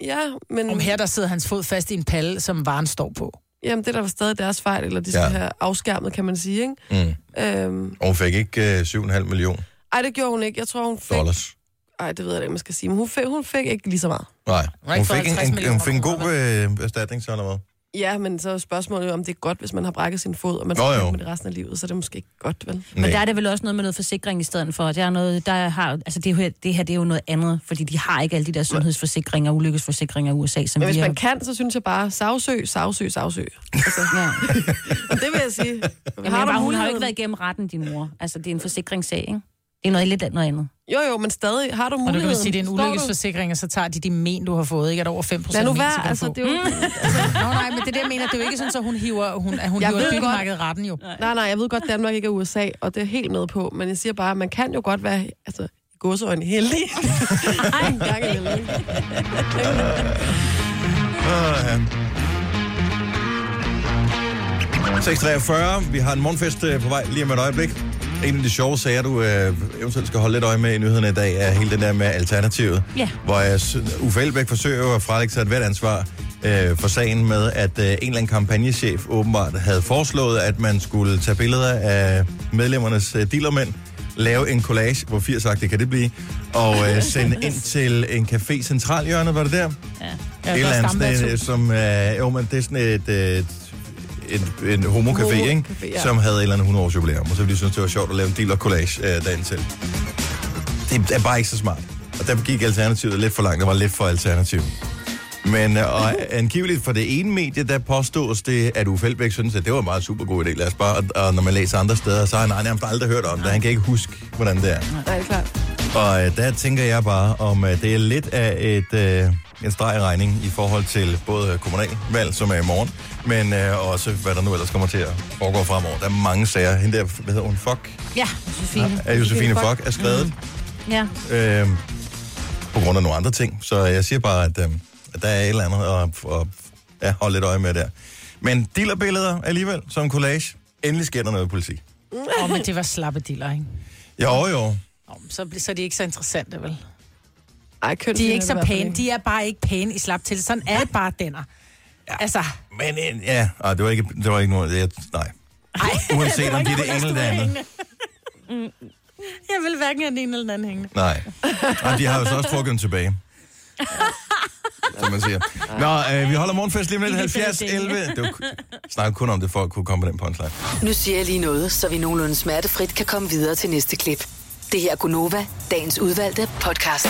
C: Ja, men
B: Om her, der sidder hans fod fast i en palle, som varen står på.
C: jamen, det er der var stadig deres fejl, eller de skal
A: Ja.
C: have afskærmet, kan man sige, ikke? Mm. Øhm,
A: Og hun fik ikke øh, 7,5 millioner
C: ej, det gjorde hun ikke. Jeg tror, hun fik...
A: dollars.
C: Ej, det ved jeg da ikke, man skal sige. Men hun fik, hun fik ikke lige så meget.
A: Nej,
B: har
A: hun
B: ikke fået
A: fik, en,
B: 50
A: en,
B: millioner
A: hun fik en god
B: kroner,
A: øh, erstatning, så eller hvad?
C: Ja, men så er spørgsmålet jo, om det er godt, hvis man har brækket sin fod, og man
A: Nå,
C: skal
A: jo.
C: kæmpe med det resten af livet, så er det måske ikke godt, vel?
D: Men
A: Nej.
D: der er det vel også noget med noget forsikring i stedet for. Der er noget, der har, altså det, her, det her det er jo noget andet, fordi de har ikke alle de der sundhedsforsikringer og ulykkesforsikringer i USA, som
C: Men
D: vi
C: hvis
D: har.
C: man kan, så synes jeg bare, savsø, savsø, savsø.
D: Ja.
C: Altså, Og det vil jeg sige.
D: Jamen, jeg bare, hun har jo ikke
C: muligheden-
D: været igennem retten, din mor. Altså, det er en forsikringssag, ikke? Det er noget lidt andet- noget andet.
C: Jo, jo, men stadig. Har du
B: Og du
C: muligheden?
B: kan vel sige, det er en
C: Står du?
B: ulykkesforsikring, og så tager de de men, du har fået, ikke? Er der over 5 procent
C: Lad nu
B: men, så
C: være,
B: kan
C: altså,
B: altså,
C: det
B: få.
C: er jo...
B: Nå, nej, men det er det, jeg mener. Det er jo ikke sådan, at hun hiver, hun, at hun
C: Jeg
B: hiver
C: ved godt-
B: byggemarkedet retten jo.
C: Nej, nej, jeg ved godt, Danmark ikke er USA, og det er helt med på, men jeg siger bare, man kan jo godt være, altså, i godseøjne heldig. Ej, en gang imellem, ikke?
A: Uh, 6.43, vi har en morgenfest øh, på vej lige om et øjeblik. En af de sjove sager, du øh, eventuelt skal holde lidt øje med i nyhederne i dag, er hele den der med alternativet.
D: Ja.
A: Hvor jeg synes- Uffe Elbæk forsøger jo at fralægge sig et hvert ansvar øh, for sagen med, at øh, en eller anden kampagnechef åbenbart havde foreslået, at man skulle tage billeder af medlemmernes øh, dealermænd, lave en collage, hvor 80 sagt, det kan det blive, og øh, sende ind til en café centralhjørnet, var det der?
B: Ja,
A: Et
B: der
A: eller
B: er
A: andet
B: stamdato.
A: sted, øh, som øh, jo, men det er sådan et, øh, et, et, en homocafé,
C: Homo-
A: ikke?
C: café, ja.
A: som havde et eller andet 100 års jubilæum, og så ville de synes, det var sjovt at lave en deal og collage øh, dagen til. Det er bare ikke så smart. Og der gik alternativet lidt for langt, der var lidt for alternativ. Men øh, og angiveligt for det ene medie, der påstås det, at Uffe Elbæk synes, at det var en meget super god idé. Lad os bare, og, og når man læser andre steder, så har han nærmest aldrig hørt om det. Han kan ikke huske, hvordan det er.
C: Nej, det er klart.
A: Og øh, der tænker jeg bare, om øh, det er lidt af et, øh, en streg i regning i forhold til både øh, kommunalvalg, som er i morgen, men øh, også hvad der nu ellers kommer til at foregå fremover. Der er mange sager. Hende der, hvad hedder hun? Fuck?
D: Ja, Josefine.
A: Af Josefine Fuck er skrevet
C: Mm.
D: Ja.
A: øh, på grund af nogle andre ting. Så jeg siger bare, at, øh, at der er et eller andet at, at, at holde lidt øje med der. Men dealerbilleder alligevel, som collage. Endelig sker der noget i politik.
B: Åh, men det var slappe diller, ikke?
A: Jo, jo.
B: Nå, men så, bl- så er de ikke så interessante, vel?
C: Ej, køn,
B: De er ikke så pæne. De er bare ikke pæne i slap til. Sådan er det bare, denner. Altså,
A: Men øh, ja, Ej, det var ikke, det var ikke noget. Jeg, nej.
B: ej.
A: Uanset om det er det ene eller det andet.
B: Jeg vil hverken have den ene eller den anden hængende.
A: Nej. Og de har jo så også trukket den tilbage. Som man siger. Nå, øh, vi holder morgenfest lige om lidt. 70, 11. Det var ku- snakker kun om det, for at kunne komme med den punchline.
F: Nu siger jeg lige noget, så vi nogenlunde smertefrit kan komme videre til næste klip. Det her er Gunova, dagens udvalgte podcast.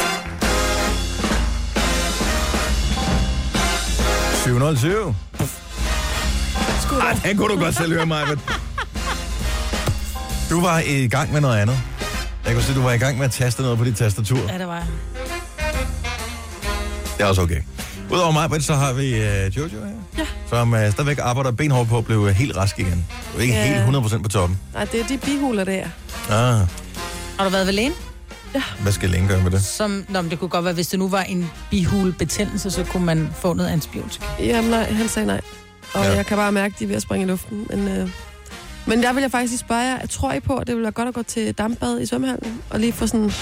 A: 707. Ej, den kunne du godt selv høre mig, men... Du var i gang med noget andet. Jeg kunne se, du var i gang med at taste noget på dit tastatur.
B: Ja, det var jeg.
A: Det er også okay. Udover mig, Britt, så har vi øh, Jojo her, ja. som øh, stadigvæk arbejder benhårdt på at blive øh, helt rask igen. Du er ikke
C: Ja.
A: helt 100% på toppen.
C: Nej, det er de bihuler der.
A: Ah,
B: Har du været ved lægen?
A: hvad skal Lene gøre med det?
B: Som, nå, men det kunne godt være, hvis det nu var en bihulebetændelse, så kunne man få noget antibiotika.
C: Jamen nej, han sagde nej. Og
A: Ja.
C: ja. jeg kan bare mærke, at de er ved at springe i luften. Men, øh, men der vil jeg faktisk lige spørge jer, tror I på, at det vil være godt at gå til dampbad i svømmehallen? Og lige få sådan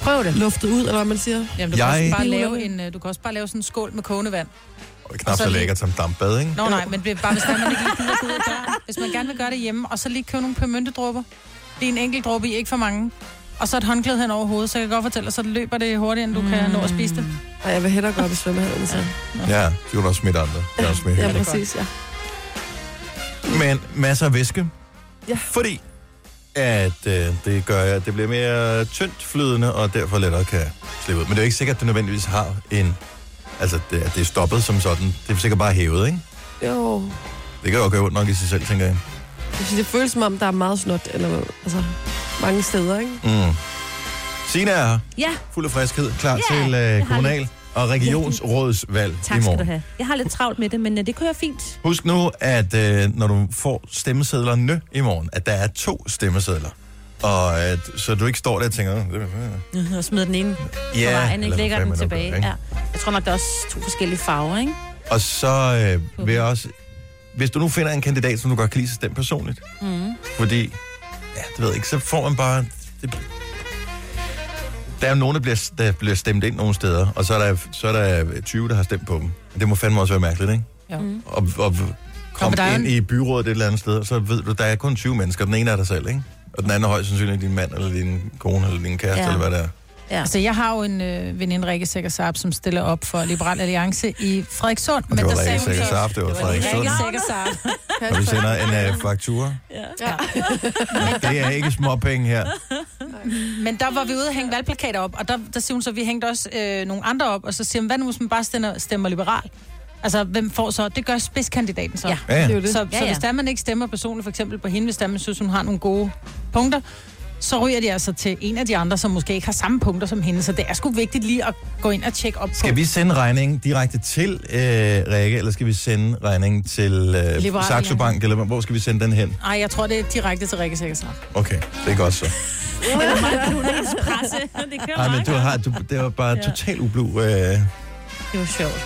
B: Prøv det.
C: luftet ud, eller hvad man siger?
B: Jamen, du, jeg...
A: Jeg-
B: kan også bare lave en, øh, du kan også bare lave sådan en skål med kogende vand.
A: Og det er knap
B: så
A: så
B: lige-
A: lækkert som dampbad, ikke?
B: Nå nej, men det er bare hvis der er, man ikke lige gider gå ud af døren. Hvis man gerne vil gøre det hjemme, og så lige købe nogle pørmyntedråber. Det er en enkelt dråbe i, ikke for mange. Og så et håndklæde hen over hovedet, så jeg kan godt fortælle dig, så løber det hurtigere, end du mm. kan nå at spise det.
C: Nej, jeg vil hellere gå op i svømmehallen, så.
A: Ja, det kunne du også smitte andre. Det er også mere
C: Ja,
A: hyggeligt.
C: præcis, ja.
A: Men masser af væske.
C: Ja.
A: Fordi at øh, det gør, at det bliver mere tyndt flydende, og derfor lettere kan slippe ud. Men det er jo ikke sikkert, at det nødvendigvis har en... Altså, det, at det er stoppet som sådan. Det er sikkert bare hævet, ikke?
C: Jo,
A: Det kan jo gøre ondt nok i sig selv, tænker jeg.
C: jeg synes, det føles som om, der er meget snot, eller hvad, altså mange steder, ikke?
A: Mm. Sina er her,
D: Ja,
A: fuld af friskhed, klar
D: Ja,
A: til
D: jeg
A: øh,
D: har
A: kommunal- og regionsrådsvalg i
D: tak skal
A: morgen.
D: du have. Jeg har lidt travlt med det, men øh, det kører fint.
A: Husk nu, at øh, når du får stemmesedlerne i morgen, at der er to stemmesedler. Og at, så du ikke står der og tænker... "Øh, "Åh, det er-
D: Og smider den ene
A: Ja,
D: på vejen,
A: eller
D: ikke?
A: hvad
D: Lægger
A: fanden
D: den
A: man nu
D: tilbage.
A: gør, ikke?
D: Ja. Jeg tror nok, der er også to forskellige farver, ikke?
A: Og så øh, vil jeg også... Hvis du nu finder en kandidat, som du godt kan lide, så stem personligt. Mm. Fordi, ja, det ved jeg ikke, så får man bare... Det, der er jo nogen, der bliver, der bliver stemt ind nogle steder, og så er, der, så er der 20, der har stemt på dem. Det må fandme også være mærkeligt, ikke?
B: Jo. Mm.
A: Og, og kom
B: men der er
A: ind
B: en-
A: i byrådet et eller andet sted, og så ved du, der er kun 20 mennesker. Den ene er dig selv, ikke? Og den anden er højst sandsynligt din mand, eller din kone, eller din kæreste, ja.
D: Ja.
A: eller hvad det er.
D: Ja.
B: Altså, jeg har jo en øh, veninde, Rikke Sækker Saab, som stiller op for Liberal Alliance i Frederikssund.
A: Og det var da
B: sagde
A: ikke
B: hun
A: sikkert
B: så-
A: saft, det var Frederik Sund.
B: Rikke Sækker Saab.
A: Og vi sender en uh, faktura.
B: Ja.
A: Det er ikke småpenge her.
B: Men der var vi ude og hænge valgplakater op, og der, der siger hun så, at vi hængte også øh, nogle andre op, og så siger hun, hvad nu hvis man bare stemmer, stemmer liberal? Altså, hvem får så? Det gør spidskandidaten så.
D: Ja.
A: Ja,
C: Det er jo
A: ja.
C: det.
B: Så, ja,
D: Ja,
B: så
D: ja.
B: hvis der man ikke stemmer personligt, for eksempel på hende, hvis der man synes, hun har nogle gode punkter, så ryger de altså til en af de andre, som måske ikke har samme punkter som hende. Så det er sgu vigtigt lige at gå ind og tjekke op
A: Skal
B: på.
A: vi sende regningen direkte til øh, Rikke, eller skal vi sende regningen til øh,
B: Liberal
A: Saxo Bank, eller hvor skal vi sende den hen?
B: Ej, jeg tror, det er direkte til Rikke Sækkersen.
A: Okay, det er godt så.
D: Presse. Det kører
A: Ej, men
D: meget
A: du
D: godt.
A: har, du, det var bare totalt ublu. Øh,
D: Det var sjovt.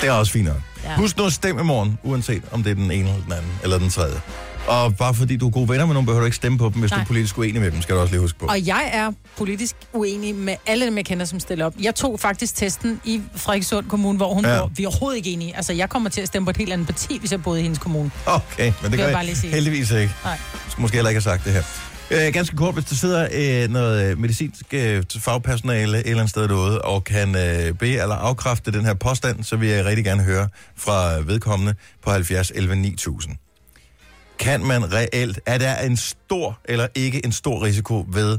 A: Det er også fint nok. Ja.
D: Ja.
A: Husk nu at stemme i morgen, uanset om det er den ene, eller den anden, eller den tredje. Og bare fordi du er gode venner med nogen, behøver du ikke stemme på dem. Hvis Nej. du er
B: Nej.
A: politisk uenig med dem, skal du også lige huske på.
B: Og jeg er politisk uenig med alle dem, jeg kender, som stiller op. Jeg tog faktisk testen i Frederikssund Kommune, hvor hun
A: Ja.
B: ja. bor. Vi er overhovedet ikke enige. Altså, jeg kommer til at stemme på et helt andet parti, hvis jeg boede i hendes kommune.
A: Okay, men det
B: Vil
A: gør
B: jeg
A: jeg
B: bare lige sige.
A: heldigvis ikke.
B: Nej.
A: Jeg skulle måske heller ikke have sagt det her. Øh, ganske kort, hvis der sidder øh, noget øh, medicinsk øh, fagpersonale et eller andet sted derude, og kan øh, bede eller afkræfte den her påstand, så vil jeg rigtig gerne høre fra vedkommende på 70 11 9000. Kan man reelt, er der en stor eller ikke en stor risiko ved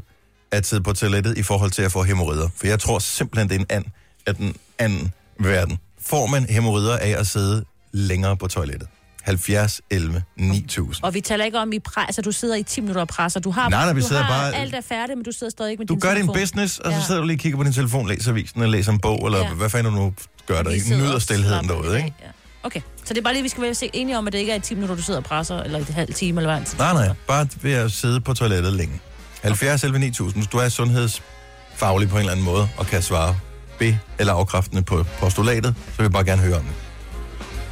A: at sidde på toilettet i forhold til at få hemorrider? For jeg tror simpelthen, det er en and af den anden verden. Får man hemorrider af at sidde længere på toilettet? 70 11 9000.
D: Og vi taler ikke om, i pre- altså, du sidder i 10 minutter og presser. Du har,
A: Nej, nej, vi
D: du
A: sidder
D: har
A: bare-
D: alt er færdigt, men du sidder stadig ikke med
A: Du
D: din
A: gør din
D: telefon.
A: business, og så
D: Ja.
A: sidder du lige og kigger på din telefon, læser avisen, eller læser en bog, eller ja.
D: Ja.
A: hvad fanden du nu gør der
D: Vi
A: ikke.
D: sidder
A: Nyder
D: og
A: stillheden
D: slapper
A: derude,
D: af,
A: ikke?
D: ja. Okay, så det er bare lige, vi skal være se- enige om, at det ikke er i 10 minutter, du sidder og presser, eller i et halvt time, eller hvad en tid.
A: Nej, nej, bare ved at sidde på toilettet længe. 70 11 9000, hvis du er sundhedsfaglig på en eller anden måde, og kan svare B eller afkræftende på postulatet, så vil jeg bare gerne høre om det.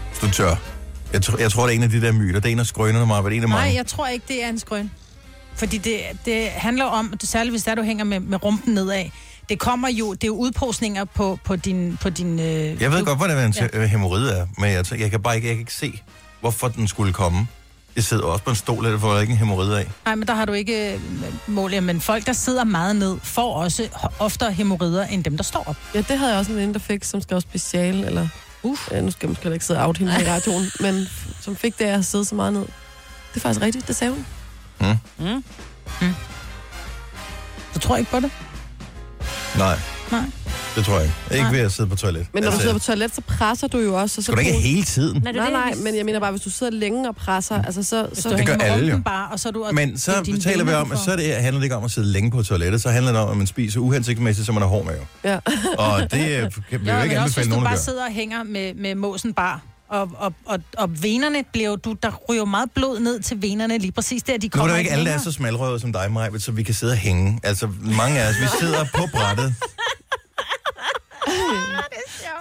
A: Hvis du tør. Jeg, tr- jeg tror, det er en af de der myter. Det er en af skrønerne, mig, det er en af
B: Nej,
A: mange.
B: jeg tror ikke, det er en skrøn. Fordi det, det handler om, at du- særligt hvis der du hænger med, med rumpen nedad, det kommer jo, det er jo udposninger på, på din... På din øh,
A: Jeg ved
B: du-
A: godt, hvordan en ja. hemorrid er, men jeg, tæ- jeg kan bare ikke, jeg kan ikke se, hvorfor den skulle komme. Jeg sidder også på en stol, eller får jeg ikke en hemorrid af.
B: Nej, men der har du ikke øh, mål. ja, Men folk, der sidder meget ned, får også h- oftere hemorrider, end dem, der står op.
C: Ja, det havde jeg også en veninde, der fik, som skal også speciale, eller... Uff. Ja, nu skal man måske heller ikke sidde og out hende her i radioen, men som fik det af at sidde så meget ned. Det er faktisk rigtigt, det sagde hun.
A: Hm?
B: Mm. Du tror ikke på det?
A: Nej.
B: Nej.
A: Det tror jeg ikke. Ikke
B: Nej.
A: ved at sidde på toilet.
C: Men når du sidder på toilet, så presser du jo også. Og så
A: Altså- Skal du ikke
C: bruger-
A: hele tiden? Mm.
D: Nej, det er
C: Nej,
D: det,
C: nej,
D: vi-
C: men jeg mener bare, hvis du sidder længe og presser, altså så... så
B: du
A: Det gør
B: hænger med
A: alle jo.
B: rumpen Bare, og så er du, og
A: Men så
B: det er dine
A: taler vi
B: venner,
A: om,
B: du
A: at
B: får.
A: så er det, handler det ikke om at sidde længe på toilettet, så handler det om, at man spiser uhensigtsmæssigt, så man har hård mave.
C: ja.
A: Og det øh, kan vi jo
B: Ja,
A: ikke
B: men også
A: anbefale
B: hvis du
A: nogen at
B: bare
A: gøre.
B: sidder og hænger med, med måsen bar, og, og, og, og venerne bliver jo, du, der ryger jo meget blod ned til venerne, lige præcis der, de
A: Nu
B: kommer
A: er der jo ikke alle, der er
B: længere.
A: så smalrøvede som dig, Maja, så vi kan sidde og hænge. Altså, mange af os, vi sidder på brættet.
B: Ah,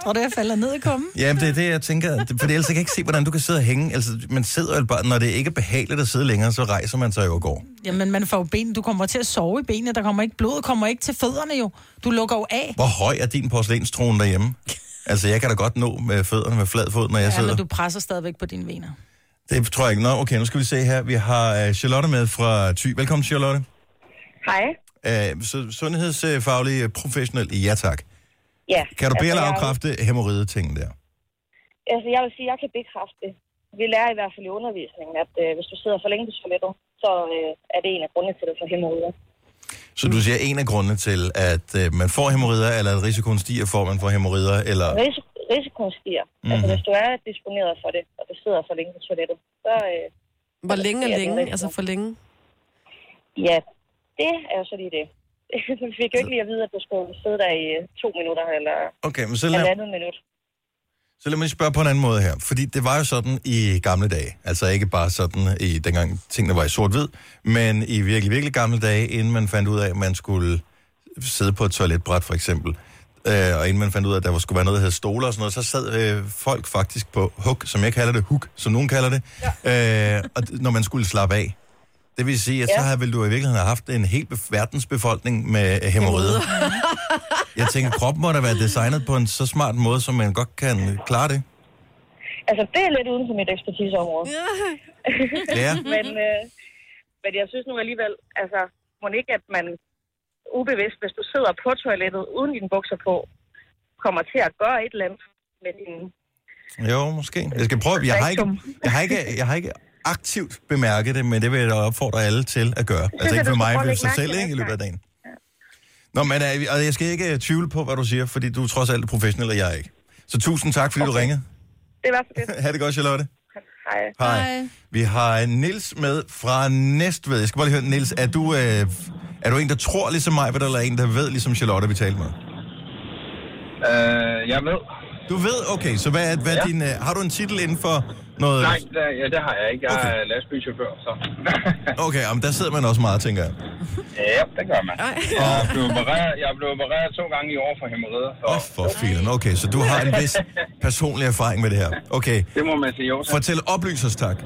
B: Tror du, jeg falder ned i kummen?
A: Ja, det er det, jeg tænker. For ellers kan jeg ikke se, hvordan du kan sidde og hænge. Altså, man sidder jo bare, når det ikke er behageligt at sidde længere, så rejser man sig jo og går.
B: Jamen, man får jo ben, du kommer til at sove i benene, der kommer ikke blod, kommer ikke til fødderne jo. Du lukker jo af.
A: Hvor høj er din porcelænstrone derhjemme? Altså, jeg kan da godt nå med fødderne med flad fod, når jeg
B: Ja,
A: sidder.
B: men du presser stadigvæk på dine vener.
A: Det tror jeg ikke. Nå, okay, nu skal vi se her. Vi har øh, Charlotte med fra Thy. Velkommen, Charlotte.
G: Hej.
A: Øh, så sundhedsfaglig øh, professionel i ja tak.
G: Ja. Altså,
A: Kan du bede eller
G: jeg-
A: afkræfte hemorrhide-tingen der?
G: Altså, jeg vil sige, jeg kan bekræfte det. Vi lærer i hvert fald i undervisningen, at øh, hvis du sidder for længe på toilettet, så øh, er det en af grundene til, at du får hemorrider.
A: Så du siger, en af grundene til, at øh, man får hemorrider, eller at risikoen stiger for, at man får hemorrider, eller...
G: Ris- risikoen stiger. Mm-hmm.
A: Mhm.
G: Altså, hvis du er disponeret for det, og du sidder for længe på toilettet, så øh,
C: Hvor længe
G: Ja,
C: er
G: det er
C: længe?
G: rigtigt.
C: Altså for længe?
G: ja, det er jo så lige det. Vi fik jo ikke lige at vide, at du skulle sidde der i øh, to minutter eller
A: Okay, men så lad,
G: halvandet minut.
A: Så lad mig lige spørge på en anden måde her. Fordi det var jo sådan i gamle dage. Altså ikke bare sådan i dengang tingene var i sort-hvid, men i virkelig, virkelig gamle dage, inden man fandt ud af, at man skulle sidde på et toiletbræt for eksempel. Øh, og inden man fandt ud af, at der skulle være noget, der hed stoler og sådan noget, så sad øh, folk faktisk på hook, som jeg kalder det, hook, som nogen kalder det, ja. øh, og d- når man skulle slappe af. Det vil sige, at ja. så
G: Ja.
A: havde vel du i virkeligheden haft en hel bef- verdensbefolkning med øh, hæmorrider. Jeg tænker, kroppen må da være designet på en så smart måde, som man godt kan klare det.
G: Altså, det er lidt uden for mit ekspertiseområde.
A: Ja.
G: Men, øh, men jeg synes nu alligevel, altså, må ikke, at man ubevidst, hvis du sidder på toilettet uden dine bukser på, kommer til at gøre et eller andet med din...
A: Jo, måske. Jeg skal prøve. Jeg har ikke, jeg har ikke, jeg har ikke aktivt bemærket det, men det vil jeg da opfordre alle til at gøre. Altså
G: kan
A: ikke for
G: du prøve
A: mig,
G: at
A: men
G: lægge
A: sig
G: mærke til
A: selv ikke, i
G: næste
A: løbet af
G: gang.
A: dagen. Nå, men øh, og jeg skal ikke øh, tvivle på, hvad du siger, fordi du er trods alt professionel, og jeg er ikke. Så tusind tak, fordi okay. du ringede.
G: Det var så det.
A: Ha' det godt, Charlotte.
G: Hej.
A: Hej. Hej. Vi har Nils med fra Næstved. Jeg skal bare lige høre, Nils, er du, øh, er du en, der tror ligesom mig, eller er en, der ved ligesom Charlotte, vi talte med?
H: Øh, jeg ved.
A: Du ved, okay, så hvad, er- hvad ja.
H: Ja.
A: din, øh, har du en titel inden for noget...
H: Nej, det, ja, det har jeg ikke. Jeg
A: Okay.
H: er lastbilchauffør, så...
A: Okay, jamen, der sidder man også meget, tænker jeg.
H: ja, det gør man. Jeg blev opereret, jeg blev opereret to gange i år for hæmorrider, så
A: Åh, oh, for filen. Okay, så du har en vis personlig erfaring med det her. Okay,
H: det må man sige også.
A: fortæl oplys os, tak.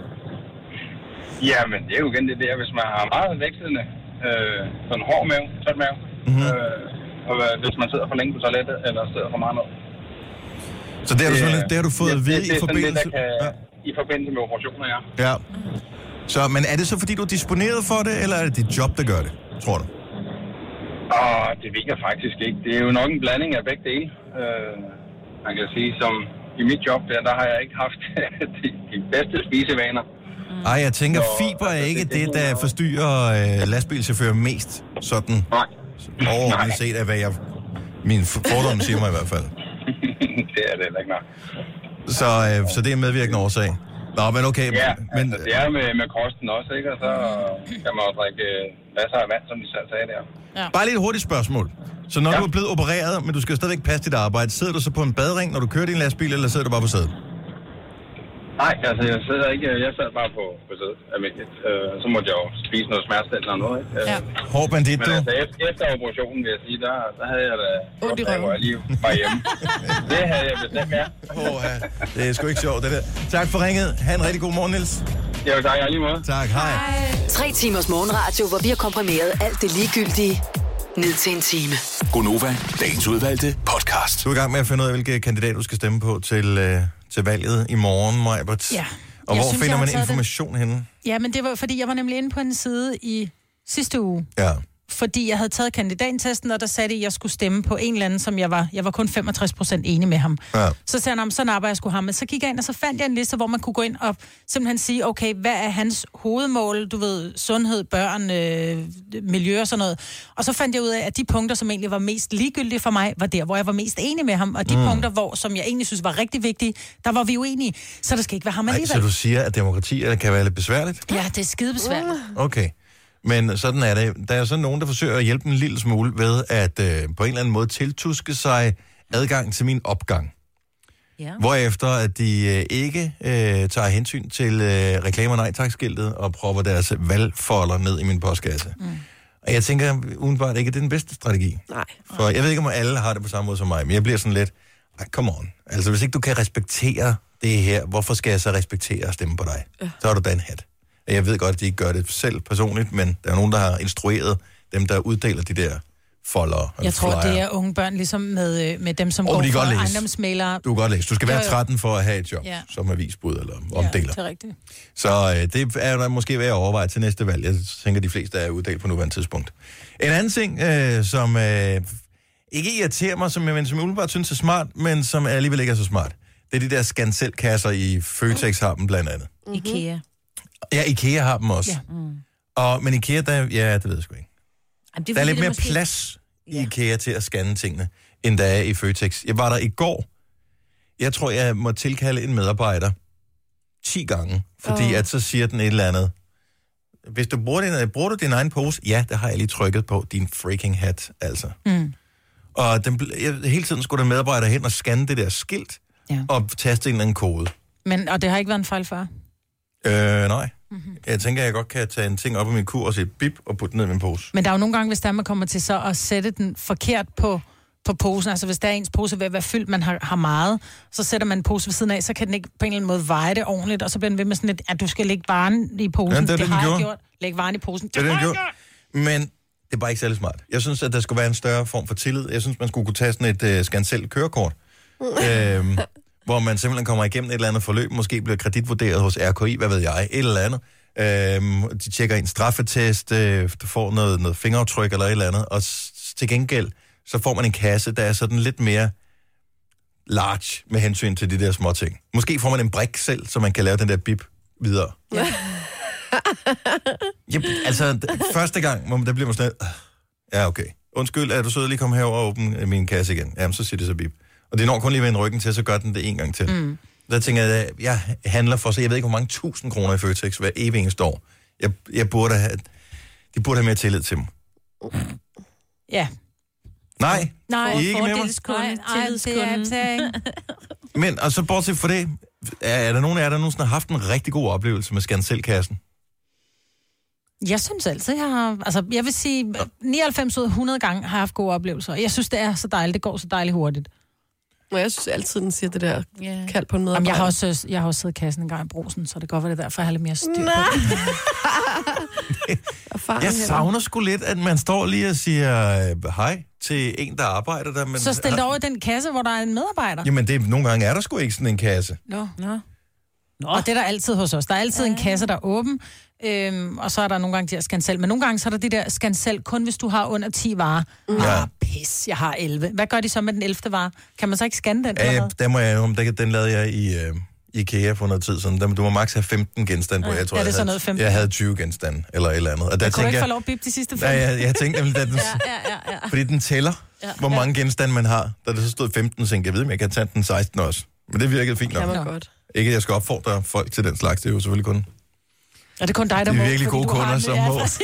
H: Jamen, det er jo igen det der, hvis man har meget vækstende, øh, sådan hård mave, tørt mave,
A: Mhm.
H: mm-hmm. øh, og øh, hvis man sidder for længe på toilettet, eller sidder for meget ned. Øh,
A: Så det har du, simpelthen, det har du fået
H: ja,
A: at
H: det,
A: vide
H: det
A: i
H: er sådan lidt,
A: forbindelse...
H: der kan,
A: Ja.
H: i forbindelse med operationer, ja.
A: ja. Så, men er det så, fordi du er disponeret for det, eller er det dit job, der gør det, tror du?
H: Åh, det ved jeg faktisk ikke. Det er jo nok en blanding af begge dele. Øh, man kan sige, som i mit job der, der har jeg ikke haft de, de bedste spisevaner.
A: Mm. Ej, jeg tænker,
H: Nå,
A: fiber er
H: altså,
A: ikke
H: det- det
A: det,
H: mener
A: der
H: jeg.
A: forstyrrer øh, lastbilchauffører mest, sådan
H: Nej.
A: overordnet set af, hvad jeg... Min fordomme siger mig i hvert fald.
H: det er det heller ikke nok.
A: Så, øh, så det er en medvirkende årsag. Nå, men okay.
H: Ja, men,
A: men,
H: altså, det er med, med kosten også, ikke? Og så kan man jo drikke øh, masser af vand, som de selv sagde der.
A: Bare lige et hurtigt spørgsmål. Så når ja.
H: Ja.
A: du er blevet opereret, men du skal stadigvæk passe dit arbejde, sidder du så på en badring, når du kører din lastbil, eller sidder du bare på sædet?
H: Nej, altså jeg sidder ikke, jeg sad bare på, på sædet almindeligt. Øh, så måtte jeg jo spise noget smertestillende eller noget, ikke? Ja.
A: Hård bandit,
H: Men
A: du.
H: altså, efter, efter operationen, vil jeg sige, der, der havde jeg da...
B: Ondt i
H: der
B: røven.
H: var jeg lige var hjemme. det havde jeg bestemt, ja.
A: Åh, ja. Det er sgu ikke sjovt, det der. Tak for ringet. Ha' en rigtig god morgen, Niels.
H: Jeg vil takke lige måde.
A: Tak, hej. hej.
F: Tre timers morgenradio, hvor vi har komprimeret alt det ligegyldige ned til en time.
E: Gonova, dagens udvalgte podcast.
A: Du er i gang med at finde ud af, hvilke kandidat du skal stemme på til, øh, til valget i morgen, Majbert.
B: Ja.
A: Og
B: Jeg
A: hvor
B: synes,
A: finder
B: jeg har
A: man
B: taget det.
A: information det. henne?
B: Ja, men det var, fordi jeg var nemlig inde på en side i sidste uge,
A: Ja.
B: fordi jeg havde taget kandidatentesten, og der sagde de, at jeg skulle stemme på en eller anden, som jeg var, jeg var kun 65 procent enig med ham.
A: Ja.
B: Så sagde han, "Nå, men sådan arbejder jeg skulle ham. Men så gik jeg ind, og så fandt jeg en liste, hvor man kunne gå ind og simpelthen sige, okay, hvad er hans hovedmål? Du ved, sundhed, børn, øh, miljø og sådan noget. Og så fandt jeg ud af, at de punkter, som egentlig var mest ligegyldige for mig, var der, hvor jeg var mest enig med ham. Og de mm. punkter, hvor, som jeg egentlig synes var rigtig vigtige, der var vi uenige. Så der skal ikke være ham
A: Ej, så
B: alligevel.
A: du siger, at demokrati øh, kan være lidt besværligt?
B: Ja, det er skidebesværligt.
A: Okay. Men sådan er det. Der er sådan nogen, der forsøger at hjælpe en lille smule ved at øh, på en eller anden måde tiltuske sig adgang til min opgang.
D: Ja.
A: Hvorefter at de øh, ikke øh, tager hensyn til øh, reklamer nej tak skiltet og propper deres valgfolder ned i min postkasse. Mm. Og jeg tænker udenbart ikke, at det er den bedste strategi.
C: Nej.
A: For jeg ved ikke, om alle har det på samme måde som mig, men jeg bliver sådan lidt, ej, come on. Altså, hvis ikke du kan respektere det her, hvorfor skal jeg så respektere og stemme på dig? Ja. Så har du da en hat. Og Jeg ved godt, at de ikke gør det selv personligt, men der er nogen, der har instrueret dem, der uddeler de der folder.
B: Jeg tror, det er unge børn, ligesom med, øh, med dem, som
A: Åh, men
B: oh, går
A: de kan
B: for
A: godt læse.
B: ejendomsmælere.
A: Du kan godt læse. Du skal være
B: Jo, jo.
A: 13 for at have et job, ja.
B: Ja.
A: som avisbud eller
B: Ja,
A: omdeler.
B: det er rigtigt.
A: Så øh, det er der måske værd at overveje til næste valg. Jeg tænker, de fleste er uddelt på nuværende tidspunkt. En anden ting, øh, som øh, ikke irriterer mig, som jeg men som jeg umiddelbart synes er smart, men som alligevel ikke er så smart, det er de der skanselkasser i Føtex har dem blandt andet.
D: Ikea. mm.
A: Ja, Ikea har dem Mm-hmm. også. Ja.
B: Ja.
A: Og, men Ikea, der, ja, det ved jeg sgu ikke.
D: Jamen, det
A: Der er
D: fordi,
A: lidt
D: det
A: mere
D: måske-
A: plads i IKEA til at scanne tingene, end der er i Føtex. Jeg var der i går. Jeg tror, jeg må tilkalde en medarbejder 10 gange, fordi
C: Åh.
A: at så siger den et eller andet. Hvis du bruger din, bruger du din egen pose? Ja, det har jeg lige trykket på. Din freaking hat, altså. Mm. Og den, ble- jeg, hele tiden skulle der medarbejdere hen og scanne det der skilt,
B: Ja.
A: og taste en eller anden kode.
B: Men, og det har ikke været en fejl før.
A: Øh, nej.
D: Mhm.
A: Mm-hmm. Jeg tænker, at jeg godt kan tage en ting op i min kur og sige bip og putte den ned i min pose.
B: Men der er jo nogle gange, hvis der man kommer til så at sætte den forkert på, på posen, altså hvis der er ens pose ved at være fyldt, man har, har meget, så sætter man en pose ved siden af, så kan den ikke på en eller anden måde veje det ordentligt, og så bliver den ved med sådan lidt, at du skal lægge varen i posen.
A: Jamen, det er det, den
B: har jeg
A: gjorde.
B: gjort. Læg varen i posen.
A: Det er den
B: har jeg
A: gjorde. Men det er bare ikke særlig smart. Jeg synes, at der skulle være en større form for tillid. Jeg synes, man skulle kunne tage sådan et øh, skansel kørekort. øhm, hvor man simpelthen kommer igennem et eller andet forløb, måske bliver kreditvurderet hos RKI, hvad ved jeg, et eller andet. Øhm, de tjekker en straffetest, øh, du får noget, noget fingeraftryk eller et eller andet, og s- til gengæld, så får man en kasse, der er sådan lidt mere large med hensyn til de der små ting. Måske får man en brik selv, så man kan lave den der bip videre. Ja. Yep, altså, d- første gang, hvor man- der bliver man sådan lidt, "Ah, ja okay, undskyld, er du sød at lige komme herover og åbne øh, min kasse igen? Jamen, så siger det så bip. Og det når kun lige vende ryggen til, så gør den det en gang til. Mm. Der tænker jeg, at jeg handler for, så jeg ved ikke, hvor mange tusind kroner i Føtex hver evig eneste år. Jeg, jeg burde have, de burde have mere tillid til mig.
B: Ja.
A: Nej,
B: Nej,
A: I er ikke med mig.
D: Nej, nej, det er-
A: Men, og så bortset fra det, er, er der nogen af jer, der nogensinde har haft en rigtig god oplevelse med skanselkassen?
B: Jeg synes altid, jeg har... Altså, jeg vil sige, 99 ud af 100 gange har jeg haft gode oplevelser. Jeg synes, det er så dejligt. Det går så dejligt hurtigt.
C: Og jeg synes altid, den siger det der
D: Ja.
C: Mm. kald på en
B: Jamen,
C: medarbejder.
B: jeg har også, øh, jeg har også siddet i kassen en gang i brusen, så det kan godt være, det er derfor, jeg har lidt mere styr på det.
C: erfaring.
A: Jeg
C: heller.
A: savner sgu lidt, at man står lige og siger øh, hej til en, der arbejder der. Men,
B: Så stil dig over i den kasse, hvor der er en medarbejder.
A: Jamen, det, er- nogle gange er der sgu ikke sådan en kasse.
B: Nå. Nå. Nå. Og det er der altid hos os. Der er altid en kasse, der er åben, øhm, og så er der nogle gange de her skansel. Men nogle gange så er der de der skansel, kun hvis du har under 10 varer. Mm.
A: Ja.
B: Ah, pis, jeg har 11. Hvad gør de så med den 11. vare? Kan man så ikke scanne den?
A: Ja,
B: eller
A: ja,
B: hvad?
A: der må jeg, om der, den lavede jeg i øh, IKEA for noget tid siden. Der, du må maks have 15 genstande på. Jeg tror,
B: Ja, det er
A: jeg,
B: sådan
A: havde,
B: noget 15.
A: jeg havde 20 genstande, eller et eller andet. Og der
B: Kunne du
A: tænkte
B: ikke få
A: jeg,
B: lov at bippe de sidste fem?
A: nej, jeg, jeg tænkte nemlig, da den,
D: Ja, ja, ja.
A: fordi den tæller, ja. hvor mange genstande man har. Da det så stod 15, tænkte jeg, jeg ved, om jeg kan tage den 16 også. Men det virkede fint
C: Kan
A: nok.
C: man godt.
A: Ikke, at jeg skal opfordre folk til den slags. Det er jo selvfølgelig kun
B: Og det er kun dig, der
A: Det
B: må.
A: er virkelig
B: fordi
A: gode
B: du har
A: kunder,
B: den.
A: som
B: Ja,
A: må.
B: præcis.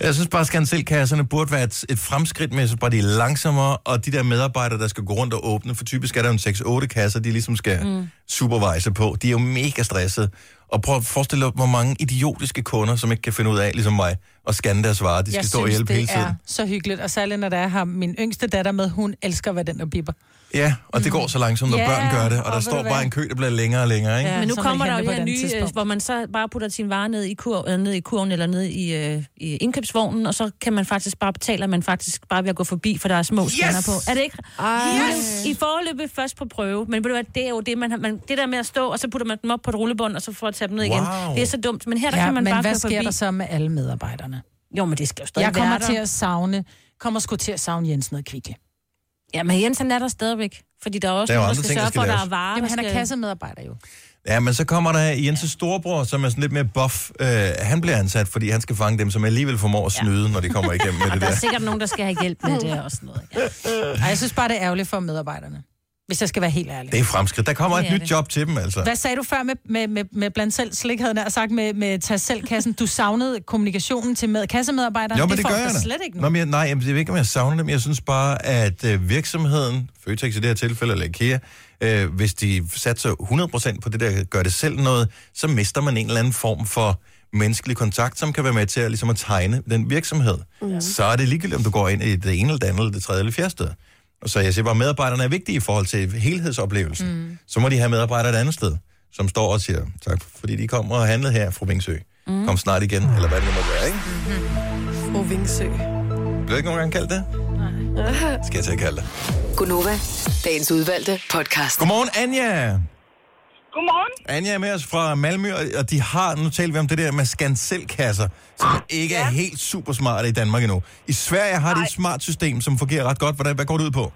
A: Jeg synes bare, at skanselkasserne burde være et, et fremskridt med, så bare de er langsommere, og de der medarbejdere, der skal gå rundt og åbne, for typisk er der jo en 6-8 kasser, de ligesom skal mm. supervise på. De er jo mega stressede. Og prøv at forestille dig, hvor mange idiotiske kunder, som ikke kan finde ud af, ligesom mig, at scanne deres varer. De skal
B: Jeg
A: stå og
B: synes,
A: hjælpe hele
B: det er
A: tiden.
B: så hyggeligt. Og særligt, når der er her, min yngste datter med, hun elsker, hvad den der bipper.
A: Ja, og det går så langsomt, når
B: Ja,
A: børn gør det, og,
B: og
A: der
B: ved
A: står
B: du
A: bare
B: hvad?
A: en kø, der bliver længere og længere, ikke? Ja.
B: Ja.
D: Men nu
B: så man
D: kommer
B: kan
D: der jo
B: handle på
D: her
B: et andet
D: nye, øh,
B: tidspunkt.
D: hvor man så bare putter sin vare ned i, kur, øh, ned i kurven eller ned i, øh, i indkøbsvognen, og så kan man faktisk bare betale, man faktisk bare ved at gå forbi, for der er små yes! scanner på. Er det ikke? Yes! I forløbet først på prøve, men ved du hvad, det er jo det, man, har- man, det der med at stå, og så putter man dem op på et rullebånd, og så får at tage dem ned igen.
A: Wow.
D: Det er så dumt, men her der
B: Ja,
D: kan man
B: men
D: bare
B: hvad
D: gå
B: sker
D: forbi.
B: der så med alle medarbejderne?
D: Jo, men det skal jo stadig
B: Jeg kommer
D: være der.
B: til at savne, kommer sgu til at savne Jens noget kvikke.
D: Ja, men Jensen er der stadigvæk, fordi der er også
A: Der er jo
D: nogen,
A: andre ting, der
D: sørge
A: skal
D: for, at der er
A: laves.
D: varer.
B: Jamen,
D: der
B: han er
D: skal-
B: kassemedarbejder jo.
A: ja, men så kommer der Jenses storebror, som er sådan lidt mere buff. Øh, han bliver ansat, fordi han skal fange dem, som alligevel formår at snyde, ja. når de kommer igennem med det
D: Der
A: der.
D: er sikkert nogen, der skal have hjælp med det og sådan noget. Ja.
B: Ej, jeg synes bare, det er ærgerligt for medarbejderne. Hvis jeg skal være helt ærlig.
A: Det er fremskridt. Der kommer
D: Det
A: et
D: er
A: nyt
D: det.
A: job til dem, altså.
B: Hvad sagde du før med, med, med, med blandt selv slik, havde jeg nær sagt, med, med tag selv kassen? Du savnede kommunikationen til med, kassemedarbejderne.
A: Jo, men det,
B: får
A: gør
B: du
A: jeg
B: da
A: da.
B: slet ikke nu.
A: Nå, men jeg, nej, jamen, det er ikke, om jeg savner dem. Jeg synes bare, at øh, virksomheden, Føtex i det her tilfælde, eller IKEA, øh, hvis de satser 100% på det der, gør det selv noget, så mister man en eller anden form for menneskelig kontakt, som kan være med til at, ligesom at tegne den virksomhed. Mm. Så er det ligegyldigt, om du går ind i det ene eller det andet, eller det tredje eller fjerde sted. Og så jeg siger bare, at medarbejderne er vigtige i forhold til helhedsoplevelsen. Mm. Så må de have medarbejdere et andet sted, som står og siger, tak fordi de kommer og handlede her, fru Vingsø. Mm. Kom snart igen, eller hvad det nu måtte være, ikke?
C: Fru Vingsø.
A: Bliver det ikke nogen gange kaldt det? Nej. Skal jeg til at kalde det.
F: Gunova, dagens udvalgte podcast.
A: Godmorgen, Anja.
G: Godmorgen.
A: Anja er med os fra Malmø, og- og de har, nu taler vi om det der med skanselkasser,
B: Ah,
A: som ikke er helt super smarte i Danmark endnu. I Sverige har de et smart system, som fungerer ret godt. Hvordan, hvad går det ud på?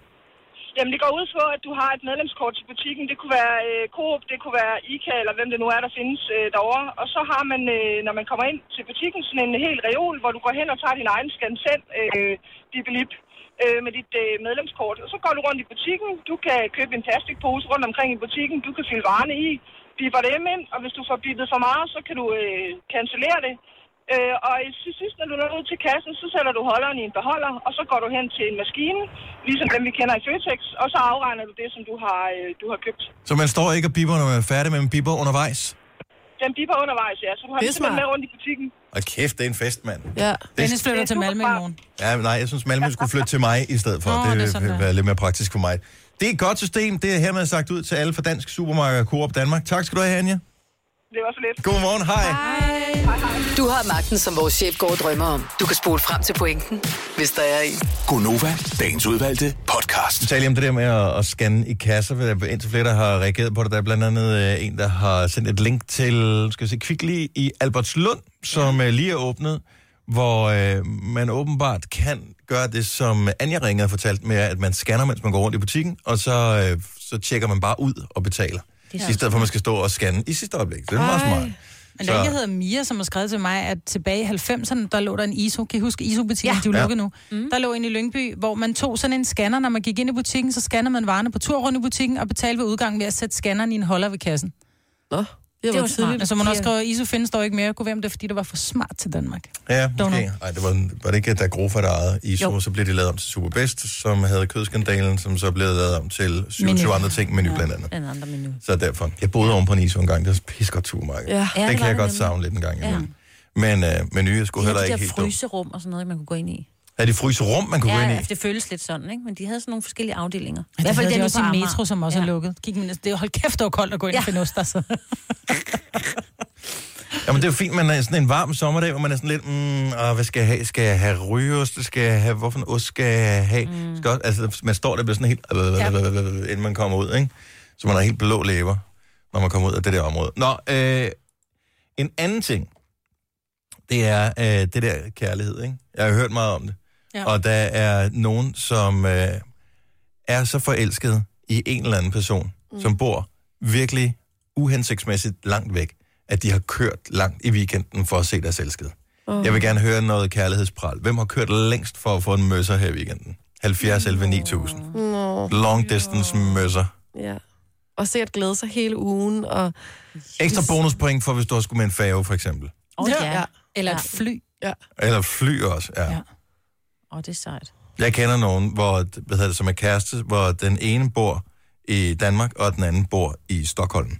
G: Jamen, det går ud på, at du har et medlemskort til butikken. Det kunne være øh, Coop, det kunne være IKA, eller hvem det nu er, der findes øh, derovre. Og så har man, øh, når man kommer ind til butikken, sådan en hel reol, hvor du går hen og tager din egen scansel, øh, bibelip, øh, med dit øh, medlemskort. Og så går du rundt i butikken. Du kan købe en plastikpose rundt omkring i butikken. Du kan fylde varerne i, bipper dem ind, og hvis du får bippet for meget, så kan du øh, cancellere det. Øh, og i sidst, sidst, når du når ud til kassen, så sætter du holderen i en beholder, og så går du hen til en maskine, ligesom dem vi kender i Føtex, og så afregner du det, som du har, øh, du har købt.
A: Så man står ikke og biber, når man er færdig, men man biber undervejs.
G: Den biber undervejs, ja, så du har
C: Det er
G: det
C: smart.
G: simpelthen med rundt i butikken.
A: Og kæft, det er en fest, mand.
C: Ja.
B: Dennis flytter til Malmø i morgen.
A: Ja, men nej, jeg synes, Malmø skulle flytte til mig i stedet for.
B: Nå,
A: det
B: det er
A: ville
B: sådan der.
A: være lidt mere praktisk for mig. Det er et godt system. Det er hermed sagt ud til alle fra Dansk Supermarked og Coop Danmark. Tak skal du have, Anja.
G: Det var så lidt.
A: Godmorgen, hej.
F: Du har magten, som vores chef går og drømmer om. Du kan spole frem til pointen, hvis der er en.
E: Gonova, dagens udvalgte podcast.
A: Vi taler lige om det der med at, at scanne i kasser, for der er indtil flere, der har reageret på det. Der er blandt andet øh, en, der har sendt et link til, skal vi se, Kvickly i Albertslund, som øh, lige er åbnet, hvor øh, man åbenbart kan gøre det, som Anja ringede og fortalte med, at man scanner, mens man går rundt i butikken, og så, øh, så tjekker man bare ud og betaler. I stedet for, at man skal stå og scanne i sidste øjeblik. Det er meget smart.
B: Men der er en, der hedder Mia, som har skrevet til mig, at tilbage i 90'erne, der lå der en ISO. Kan I huske ISO-butikken? Ja. De er jo
A: Ja.
B: lukket nu. Mm. Der lå en i Lyngby, hvor man tog sådan en scanner. Når man gik ind i butikken, så scannede man varerne på tur rundt i butikken og betalte ved udgangen ved at sætte scanneren i en holder ved kassen.
C: Nå, det
D: Det
C: var
D: var
C: tidligt.
D: smart.
B: Men så må man også skrive, at Altså, ISO findes dog ikke mere. Gå hvem det er, fordi det var for smart til Danmark.
A: Ja, måske.
B: Donut.
A: Ej, det var, var det ikke, at der Grofa, der ejede ISO, jo.
D: Jo.
A: så blev det lavet om til Superbest, som havde kødskandalen, som så blev lavet om til 27
B: Menu.
A: andre ting, menu ja. blandt andet.
D: Den andre menu.
A: Så derfor. Jeg boede oven på en ISO en gang, det var et pissegodt supermarked.
C: Ja. Ja,
A: det, det
D: det
A: kan
D: var
A: jeg
D: det
A: godt
D: nemlig.
A: savne lidt en gang imellem. Ja. Men øh, menu, jeg skulle
D: De
A: heller
D: havde de
A: ikke
D: der
A: helt dumt.
D: fryserum og sådan noget, man kunne gå ind i.
A: Er de fryserum, man kunne
D: Ja,
A: gå ind i?
D: ja, det føles lidt sådan, ikke? Men de havde sådan nogle forskellige afdelinger.
B: I hvert fald det
D: den
B: er også
D: på
B: i
D: Amager.
B: metro, som også ja. er lukket. Gik man, altså, det er hold kæft, det var koldt at gå ind ja. og
D: Ja.
B: finde ost, altså.
A: Jamen, det er jo fint, man er sådan en varm sommerdag, hvor man er sådan lidt, mm, ah, hvad skal jeg have? Skal jeg have rygeost? Skal jeg have, hvorfor en ost skal jeg have? Mm. Skal også, altså, man står der og bliver sådan helt, ja. inden man kommer ud, ikke? Så man har helt blå læber, når man kommer ud af det der område. Nå, øh, en anden ting, det er øh, det der kærlighed, ikke? Jeg har hørt meget om det. Ja.
B: Ja.
A: Og der er nogen, som øh, er så forelsket i en eller anden person, mm. som bor virkelig uhensigtsmæssigt langt væk, at de har kørt langt i weekenden for at se deres elskede. Oh. Jeg vil gerne høre noget kærlighedspral. Hvem har kørt længst for at få en møsser her i weekenden? 70 11 9000.
C: Nå,
A: Long distance møsser.
C: ja. Og se at glæde sig hele ugen, og
A: Ekstra bonuspoint for, hvis du har skulle med en færge, for eksempel.
D: Åh, ja.
C: Ja.
D: ja.
B: Eller et
D: Ja.
B: fly.
A: Eller fly også, ja. ja.
B: Ja.
D: Åh, det er sejt.
A: Jeg kender nogen, hvor, hvad hedder det, som er kæreste, hvor den ene bor i Danmark, og den anden bor i Stockholm.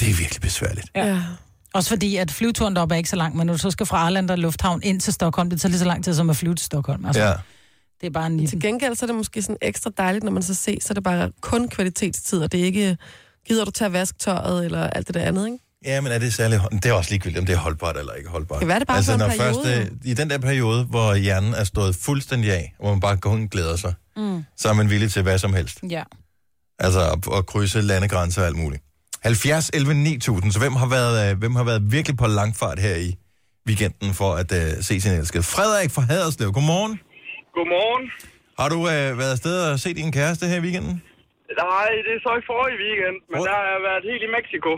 A: Det er virkelig besværligt.
C: ja. ja.
B: Også fordi, at flyveturen deroppe er ikke så lang, men når du så skal fra Arlanda Lufthavn ind til Stockholm, det tager lige så lang tid som at flyve til Stockholm. Altså, ja.
A: Ja.
B: Det er bare en
C: Til gengæld så er det måske sådan ekstra dejligt, når man så ses, så er det bare kun kvalitetstid, og det er ikke, gider du tage at vaske tøjet, eller alt det der andet, ikke?
A: ja, men er det særlig... hold- Det er også ligegyldigt, om det er holdbart eller ikke holdbart.
C: Det kan være, det bare
A: altså,
C: for en
A: når
C: periode,
A: Først, øh, I den der periode, hvor hjernen er stået fuldstændig af, hvor man bare kun glæder sig, mm. så er man villig til hvad som helst.
B: Ja.
A: Altså at, at krydse landegrænser og alt muligt. 70, 11, 9000. Så hvem har været, øh, hvem har været virkelig på langfart her i weekenden for at øh, se sin elskede? Frederik fra Haderslev, godmorgen.
H: Godmorgen.
A: Har du øh, været afsted og set din kæreste her i weekenden?
H: Nej, det er så i forrige weekend, men
A: Hvor-
H: der har jeg været helt i Mexico.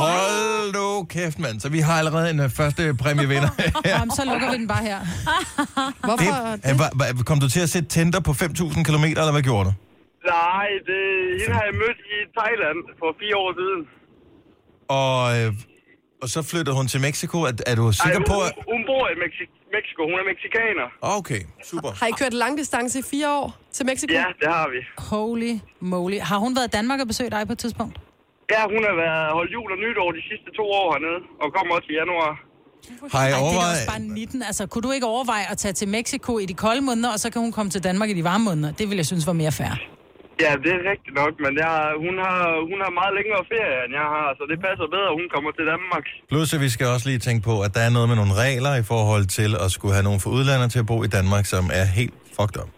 A: Hold nu kæft, mand. Så vi har allerede en øh, første præmievinder.
B: Ja. Om, så lukker vi den bare her.
C: Hvorfor? Det,
A: Øh, var- var- Kom du til at sætte Tinder på 5.000 km, eller hvad gjorde du?
H: Nej, det, hende har jeg mødt i Thailand for fire år siden.
A: Og, øh, og så flyttede hun til Mexico. Er, er du sikker
H: Ej,
A: på...
H: hun,
A: At...
H: hun bor i Mexi- Mexico. Hun er mexikaner.
A: Okay, super.
C: har I kørt lang distance i fire år til Mexico?
H: Ja, det har vi.
B: Holy moly. Har hun været i Danmark og besøgt dig på et tidspunkt?
H: Ja, hun har været holdt jul og nytår de sidste to år hernede, og kommer også i januar.
A: Har I
B: Ej, det er da også bare
A: overvejet...
B: 19. Altså, kunne du ikke overveje at tage til Mexico i de kolde måneder, og så kan hun komme til Danmark i de varme måneder? Det ville jeg synes var mere fair.
H: Ja, det er rigtigt nok, men jeg, hun, har, hun har meget længere ferie, end jeg har, så det passer bedre, at hun kommer til Danmark.
A: Plus, at vi skal også lige tænke på, at der er noget med nogle regler i forhold til at skulle have nogen fra udlandet til at bo i Danmark, som er helt fucked up.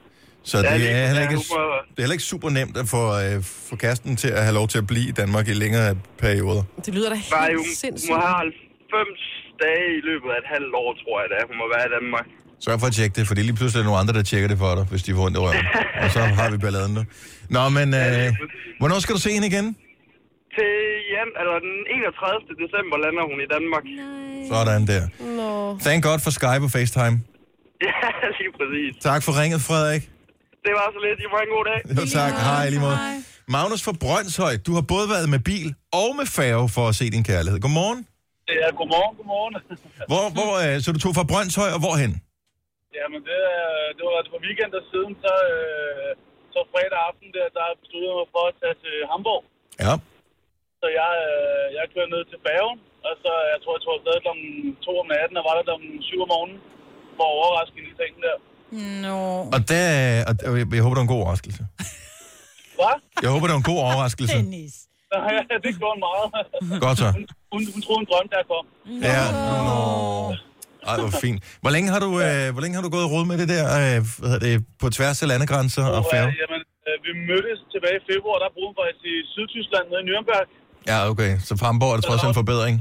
A: Så
H: Ja,
A: det,
H: det-
A: er heller ikke,
H: ja,
A: det
H: nu prøver-
A: er heller ikke super nemt at få, øh, få kæresten til at have lov til at blive i Danmark i længere perioder.
C: Det lyder da
H: Nej, hun,
C: helt
H: hun må
C: sindssygt.
H: have 90 dage i løbet af et halvt år, tror jeg, da hun må være i Danmark.
A: Sørg for at tjekke det, for det er lige pludselig nogle andre, der tjekker det for dig, hvis de får ondt i røven. Og så har vi balladen nu. Nå, men øh, hvornår skal du se hende igen?
H: Til jan, eller den 31. december lander hun i Danmark.
A: Sådan der.
C: Nå.
A: Thank God for Skype og FaceTime.
H: Ja, lige præcis.
A: Tak for ringet, Frederik.
H: Det var så lidt. I må have en god dag.
A: Jo, tak. Hej, lige måde. Magnus fra Brøndshøj, du har både været med bil og med færge for at se din kærlighed. Godmorgen.
I: det er godmorgen, godmorgen.
A: Hvor, hvor, øh, så du tog fra Brøndshøj, og hvorhen?
I: Jamen, det, er- det var for weekender siden, så, øh, så fredag aften, der, der besluttede jeg mig for at tage til Hamburg.
A: Ja.
I: Så jeg, øh, jeg kørte ned til færgen, og så jeg tror, jeg tog afsted kl. 2 om natten, og var der kl. 7 om morgenen for at overraske hende i sengen der.
B: Nå,
A: Og, der, og og jeg, jeg håber, det var en god overraskelse.
I: Hvad?
A: Jeg håber, det var en god overraskelse.
B: Dennis.
I: Nej, det gjorde hun meget.
A: Godt så.
I: Hun, hun, hun troede, hun drømte derfor.
A: Ja, nå. Ej, hvor fint. Hvor længe har du, øh, hvor længe har du gået råd med det der, øh, hvad hedder det, på tværs af landegrænser og
I: Og,
A: færge?
I: øh, jamen, øh, vi mødtes tilbage i februar, der boede hun faktisk i Sydtyskland nede i Nürnberg.
A: Ja, okay. Så fra Hamburg er det trods alt en forbedring.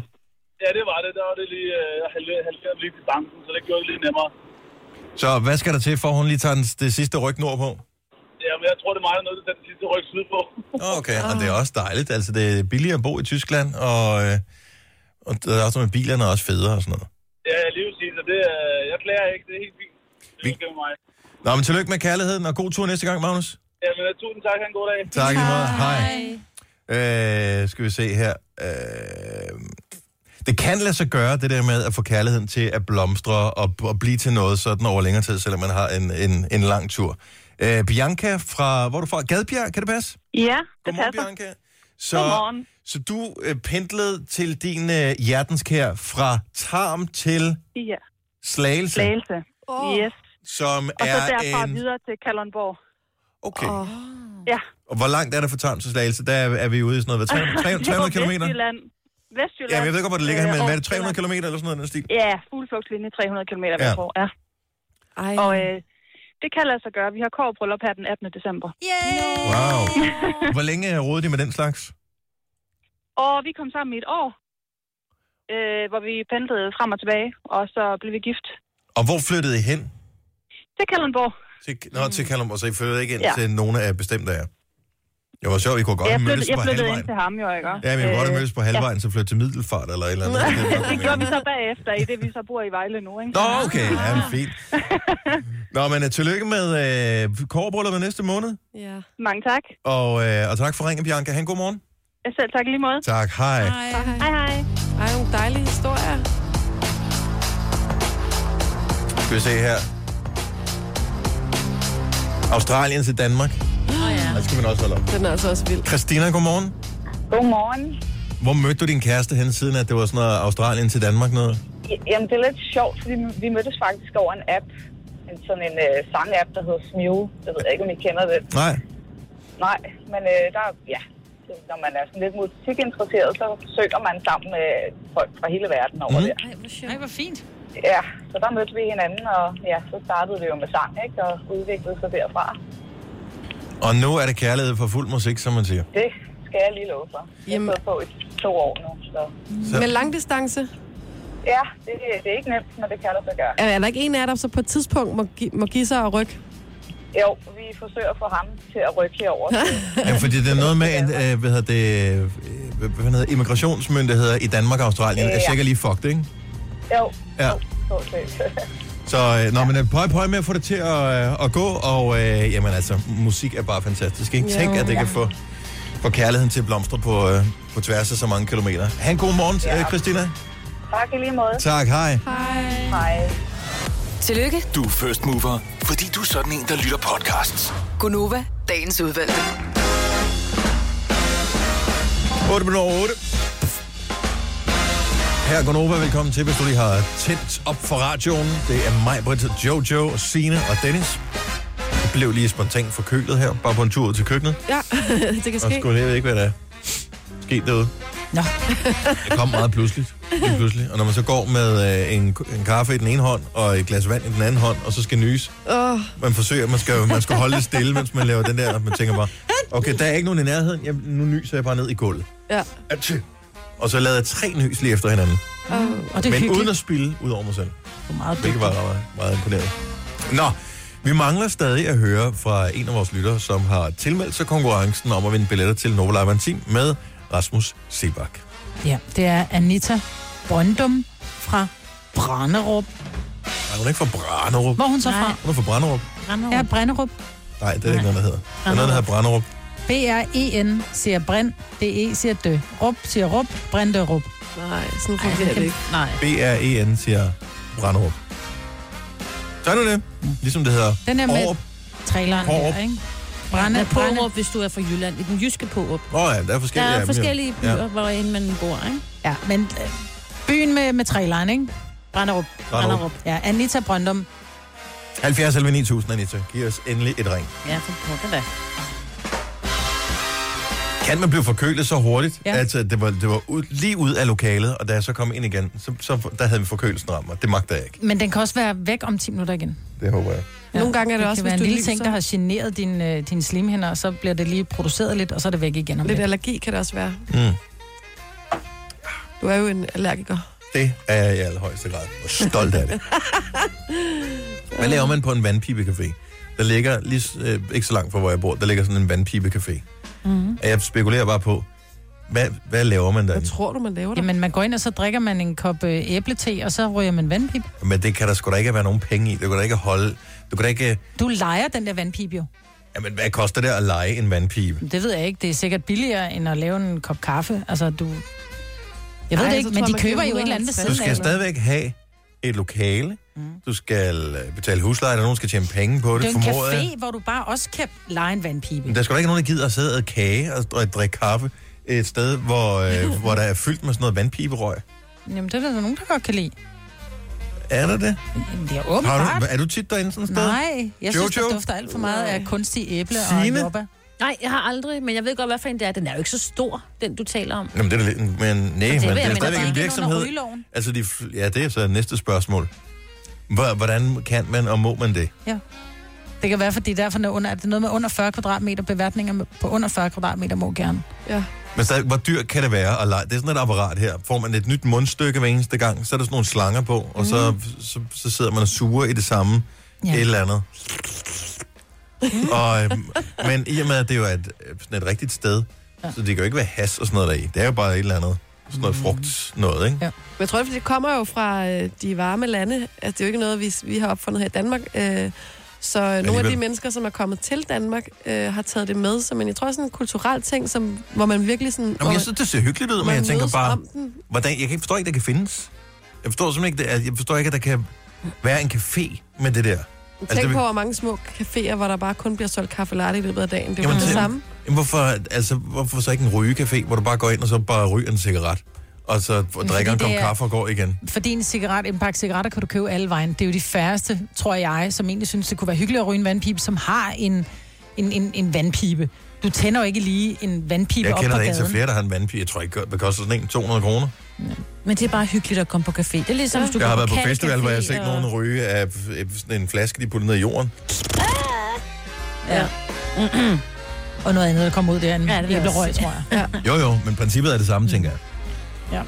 I: Ja, det var det. Der var det lige øh, halv- halveret lige til banken, så det gjorde det lidt nemmere.
A: Så hvad skal der til, for at hun lige tager den, det sidste ryg nordpå?
I: Jamen, jeg tror, det er mig, der er nødt til at tage den sidste ryg syd på.
A: Okay, og det er også dejligt. Altså, det er billigere at bo i Tyskland, og, øh, og der er også noget med bilerne er også federe og sådan noget.
I: ja, jeg lige vil sige, så det, øh, jeg klager ikke. Det er helt fint. Det
A: Vi-
I: er okay med mig.
A: Nå, men tillykke med kærligheden, og god tur næste gang, Magnus.
I: Jamen, øh, tusind tak. Ha' en god dag.
A: Tak i lige måde. Hej. Øh, skal vi se her. Øh, det kan lade sig gøre, det der med at få kærligheden til at blomstre og, og blive til noget sådan over længere tid, selvom man har en, en, en lang tur. Øh, Bianca fra, hvor er du fra? Gadbjerg, kan det passe?
G: Ja,
A: Godmorgen, Bianca. Så,
G: Godmorgen.
A: så du øh, pendlede til din øh, hjertenskær fra Tarm til
G: Ja,
A: Slagelse,
G: Slagelse. Oh. Yes.
A: som
G: Og
A: er
G: så derfra
A: en...
G: videre til Kalundborg.
A: Okay. Oh.
G: Ja.
A: Og hvor langt er der fra Tarm til Slagelse? Der er, er vi ude i sådan noget, hvad, 300, 300
G: Det var
A: kilometer?
G: Vestjylland. Vestjylland.
A: Ja, jeg ved godt, hvor det ligger
G: Øh,
A: her, men
G: og
A: hvad er det, 300
G: Sjælland.
A: km eller sådan noget i den stil?
G: Ja, fugleflugtslinje 300 km
A: Ja.
G: hver år, ja.
C: Ej.
G: Og øh, det kan lade sig gøre. Vi har kårbryllup her den 18. december.
D: Yay!
A: Wow. Hvor længe rådede de med den slags?
G: Og vi kom sammen i et år, øh, hvor vi pendlede frem og tilbage, og så blev vi gift
A: Og hvor flyttede I hen?
G: til Kalundborg.
A: Til, nå, til Kalundborg, så I flyttede ikke ind
G: Mm. Ja.
A: til nogen af bestemte af jer. Det var sjovt, I kunne godt
G: jeg
A: have
G: flyttede,
A: mødtes
G: jeg
A: på
G: flyttede ind
A: halvvejen.
G: til ham, jo, ikke?
A: Ja, men I kunne godt have
G: Øh,
A: mødtes på halvvejen, så flytte til Middelfart eller et eller andet. Det er nok
G: Det
A: mere-
G: gjorde vi så bagefter, i det vi så bor i Vejle nu, ikke?
A: Nå, okay. Ja, men fint. Nå, men øh, tillykke med øh, kårebrylluppet næste måned.
C: Ja.
G: Mange tak.
A: Og, øh, og tak for ringen, Bianca. Ha' en god morgen.
G: Selv tak i lige måde.
A: Tak. Hej. Hej.
C: Ej,
G: Hej hej.
C: ej, nogle dejlige historier.
A: Skal vi se her. Australien til Danmark. Oh, ja. Det skal man også holde op.
C: Den er altså også vild.
A: Christina, godmorgen.
G: Godmorgen.
A: Hvor mødte du din kæreste hen, siden at det var sådan noget Australien til Danmark noget?
G: Jamen, det er lidt sjovt, fordi vi mødtes faktisk over en app. En, sådan en øh, sang-app, der hedder Smule. Det ved jeg ikke, om I kender det.
A: Nej.
G: Nej, men øh, der, ja, når man er sådan lidt musikinteresseret, så søger man sammen med folk fra hele verden over
A: Mhm.
G: mm. der.
D: Ej, hvor sjovt.
B: Ej, hvor fint.
G: Ja, så der mødte vi hinanden, og ja, så startede vi jo med sang, ikke? Og udviklede sig derfra.
A: Og nu er det kærlighed for fuld musik, som man siger.
G: Det skal jeg lige love for. Jeg
C: Jamen.
G: har fået på i to år nu, så...
A: Så-
C: Med langdistance.
G: Ja, det, det er ikke nemt, men det kan der så gøre.
C: Er, er der ikke en af jer, der så på et tidspunkt må, gi- må give sig og rykke?
G: Jo, vi forsøger at få ham til at rykke herover.
A: Ja, fordi det er noget med, en, øh, hvad hedder det, øh, hvad hvad hedder det, immigrationsmyndigheder i Danmark og Australien. Det er
G: Ja.
A: sikkert lige fucked, ikke?
G: Jo,
A: Ja.
G: stort set.
A: Så øh, når man er pøj, pøj med at få det til at, øh, at gå, og øh, jamen altså, musik er bare fantastisk, ikke? Tænk, at det kan få, få kærligheden til at blomstre på, øh, på tværs af så mange kilometer. Ha' en god morgen, ja. øh, Christina.
G: tak i lige måde.
A: Tak, hej.
G: Hej.
F: Tillykke,
E: Du er first mover, fordi du er sådan en, der lytter podcasts.
F: Gunova, dagens udvalgte.
A: 8 minutter over 8. Her går Nova. Velkommen til, hvis du lige har tændt op for radioen. Det er mig, Britt, Jojo, Sine og Dennis. Jeg blev lige spontant forkølet her, bare på en tur ud til køkkenet.
C: Ja, det kan
A: Og
C: ske.
A: skulle jeg ved ikke, hvad der er sket derude.
B: Nå.
A: Det kom meget pludseligt. Lige pludselig. Og når man så går med øh, en, en kaffe i den ene hånd, og et glas vand i den anden hånd, og så skal nys,
C: Åh,
A: man forsøger, man skal, man skal holde det stille, mens man laver den der, og man tænker bare, okay, der er ikke nogen i nærheden, Jamen, nu nyser jeg bare ned i gulvet.
C: ja.
A: Atty. Og så lavede jeg tre nys lige efter hinanden.
B: Øh, Og det er
A: Men
B: hyggeligt.
A: uden at spille ud over mig selv.
B: Hvor meget
A: Hvilket var meget, meget imponerende. Nå, vi mangler stadig at høre fra en af vores lyttere, som har tilmeldt sig konkurrencen om at vinde billetter til Novo Live Antin med Rasmus Sebak.
B: Ja, det er Anita Brøndum fra Branderup.
A: Nej, hun er ikke fra Branderup.
B: Hvor er hun så
D: Nej.
B: fra?
A: Hun er fra Branderup.
D: Renner
B: Ja,
D: ja.
B: Branderup.
A: Nej, det er ikke noget, der hedder. Der er noget, der hedder Branderup.
B: E B-R-E-N siger Brind, D-E siger Dø. Rup siger Rup, Brinderup.
C: Nej, sådan
D: Ej,
C: fungerer
D: han
C: det
D: kan...
C: ikke.
D: Nej.
A: B-R-E-N, E siger Brandrup. Så er nu det. Ligesom det hedder.
B: Den er med
A: Årup.
B: traileren
A: Pårup.
B: der, ikke? Brænde,
D: Hvad
B: ja, brænde.
D: Pårup, hvis du er fra Jylland? I den jyske Pårup.
A: Åh oh, ja, der er
D: Der
A: forskellige. af dem
D: er
A: her.
D: forskellige byer, ja. hvor end man bor, ikke?
B: Ja, men øh, byen med, med traileren, ikke?
D: Branderup. Branderup.
B: Ja, Anita Brøndum.
A: 70 11 9000, Anita. Giv os endelig et ring.
D: Ja, for pokker da.
A: Kan man blive forkølet så hurtigt? Ja.
B: Ja.
A: Altså, det var, det var ud, lige ud af lokalet, og da jeg så kom ind igen, så, så der havde vi forkølelsen ramt mig. Det magter jeg ikke.
B: Men den kan også være væk om 10 minutter igen.
A: Det håber jeg.
B: Ja,
C: Nogle gange er det,
B: det
C: også,
B: kan være
C: hvis
B: en
C: du
B: lille
C: lyser.
B: ting, der har generet din, øh, dine slimhinder, og så bliver det lige produceret lidt, og så er det væk igen om lidt.
C: Lidt allergi kan det også være.
A: Mm.
C: Du er jo en allergiker.
A: Det er jeg i allerhøjeste grad. Og stolt af det. Hvad laver man på en vandpibecafé? Der ligger, lige, s- øh, ikke så langt fra, hvor jeg bor, der ligger sådan en vandpibecafé.
B: Mhm.
A: Mm. Og jeg spekulerer bare på, hvad, hvad laver man
C: Hvad
A: derinde?
C: tror du, man laver der?
B: Jamen, man går ind, og så drikker man en kop øh, æblete, og så ryger man vandpip.
A: Men det kan der sgu da ikke være nogen penge i. Det kan da ikke holde... Du kan da ikke...
B: Du leger den der vandpip jo.
A: Jamen, hvad koster det at lege en vandpibe?
B: Det ved jeg ikke. Det er sikkert billigere, end at lave en kop kaffe. Altså, du... Jeg ved
C: Ej,
B: det
C: så
B: ikke,
C: tror
B: men
C: jeg,
B: de
C: man
B: køber
C: giver
B: jo et eller andet ved
C: 150.
A: Du
B: siden
A: skal
B: af.
A: stadigvæk have et lokale. Mm. Du skal øh, betale husleje, og nogen skal tjene penge på det.
B: Det er jo en
A: formoder jeg.
B: café, hvor du bare også kan lege en vandpipe.
A: Men Der skal da ikke nogen, der gider at sidde og æde kage og, og drikke kaffe et sted, hvor, øh, hvor der er fyldt med sådan noget vandpiberøg.
B: Jamen, det er der nogen, der godt kan lide.
A: Er der det?
B: Jamen, det er
A: Har
B: åbenbart.
A: du, er du tit derinde sådan et sted?
B: Nej, jeg synes,
A: Jojo?
B: det dufter alt for meget af kunstig æble
A: Signe?
B: og jobba.
D: Nej, jeg har aldrig, men jeg ved godt, hvad for en det er. Den er jo ikke så stor, den du taler om.
A: Jamen, det er da lidt... Men, nej, men det
D: jeg,
A: er
D: men der
A: stadigvæk
D: er
A: en
D: ikke
A: virksomhed.
B: rygeloven.
A: Altså, de, f- ja, det er så næste spørgsmål. Hvor- Hvordan kan man, og må man det?
B: Det kan være, fordi det er, for noget under, er det noget med under 40 kvadratmeter beværtninger på under 40 kvadratmeter må gerne.
C: Ja.
A: Men stadig, hvor dyrt kan det være at lege? Det er sådan et apparat her. Får man et nyt mundstykke hver eneste gang, så er der sådan nogle slanger på, og så, så, så sidder man og suger i det samme ja.
B: Mm. Ja. Mm.
A: et eller andet. og, øhm, men i og med, at det jo er et, øh, sådan et rigtigt sted, ja. så det kan jo ikke være has og sådan noget deri. Det er jo bare et eller andet. Sådan noget frugt noget, ikke?
B: Ja.
C: Men jeg tror, fordi det kommer jo fra øh, de varme lande. Altså, det er jo ikke noget, vi, vi har opfundet her i Danmark. Øh, så øh, nogle af
A: Alligevel.
C: de mennesker, som er kommet til Danmark, øh, har taget det med som en, jeg tror, sådan en kulturel ting, som, hvor man virkelig sådan... hvor
A: Jamen, jeg
C: man-
A: synes, det ser hyggeligt ud, men
C: man
A: jeg tænker
C: mødes
A: bare,
C: om den.
A: hvordan, jeg kan ikke forstå ikke, det kan findes. Jeg forstår simpelthen ikke, det, jeg forstår ikke, at der kan være en café med det der.
C: Tænk
A: det
C: altså,
A: vil-
C: på, hvor mange små caféer, hvor der bare kun bliver solgt kaffe latte i løbet af dagen. Det er jo
A: Jamen,
C: det
A: tænk-
C: samme.
A: Jamen, Hvorfor, altså, hvorfor så ikke en rygecafé, hvor du bare går ind og så bare ryger en cigaret, og så drikker en
B: det
A: kop
B: er-
A: kaffe og går igen?
B: Fordi en cigaret, en pakke cigaretter kan du købe alle vejen. Det er jo de færreste, tror jeg, som egentlig synes, det kunne være hyggeligt at ryge en vandpipe, som har en, en, en, en vandpipe. Du tænder jo ikke lige en vandpipe
A: Jeg
B: op
A: kender
B: på
A: da en til
B: gaden.
A: flere, der har en vandpige. Jeg tror ikke, det koster sådan en 200 kroner.
D: Men det er bare hyggeligt at komme på café. Det er ligesom, hvis du
A: Jeg har
D: går
A: været på festival,
D: kattecafé,
A: hvor jeg har set
D: og-
A: nogen ryge af øh, sådan en flaske, de puttede ned i jorden.
D: Ah!
B: Og noget andet, der kommer ud derinde. Ja,
D: Ja, det vil
B: det
D: jeg
B: bliver
D: også
B: røg,
D: sige.
B: tror jeg.
A: Jo, jo, men princippet er det samme, tænker jeg.
B: Ja.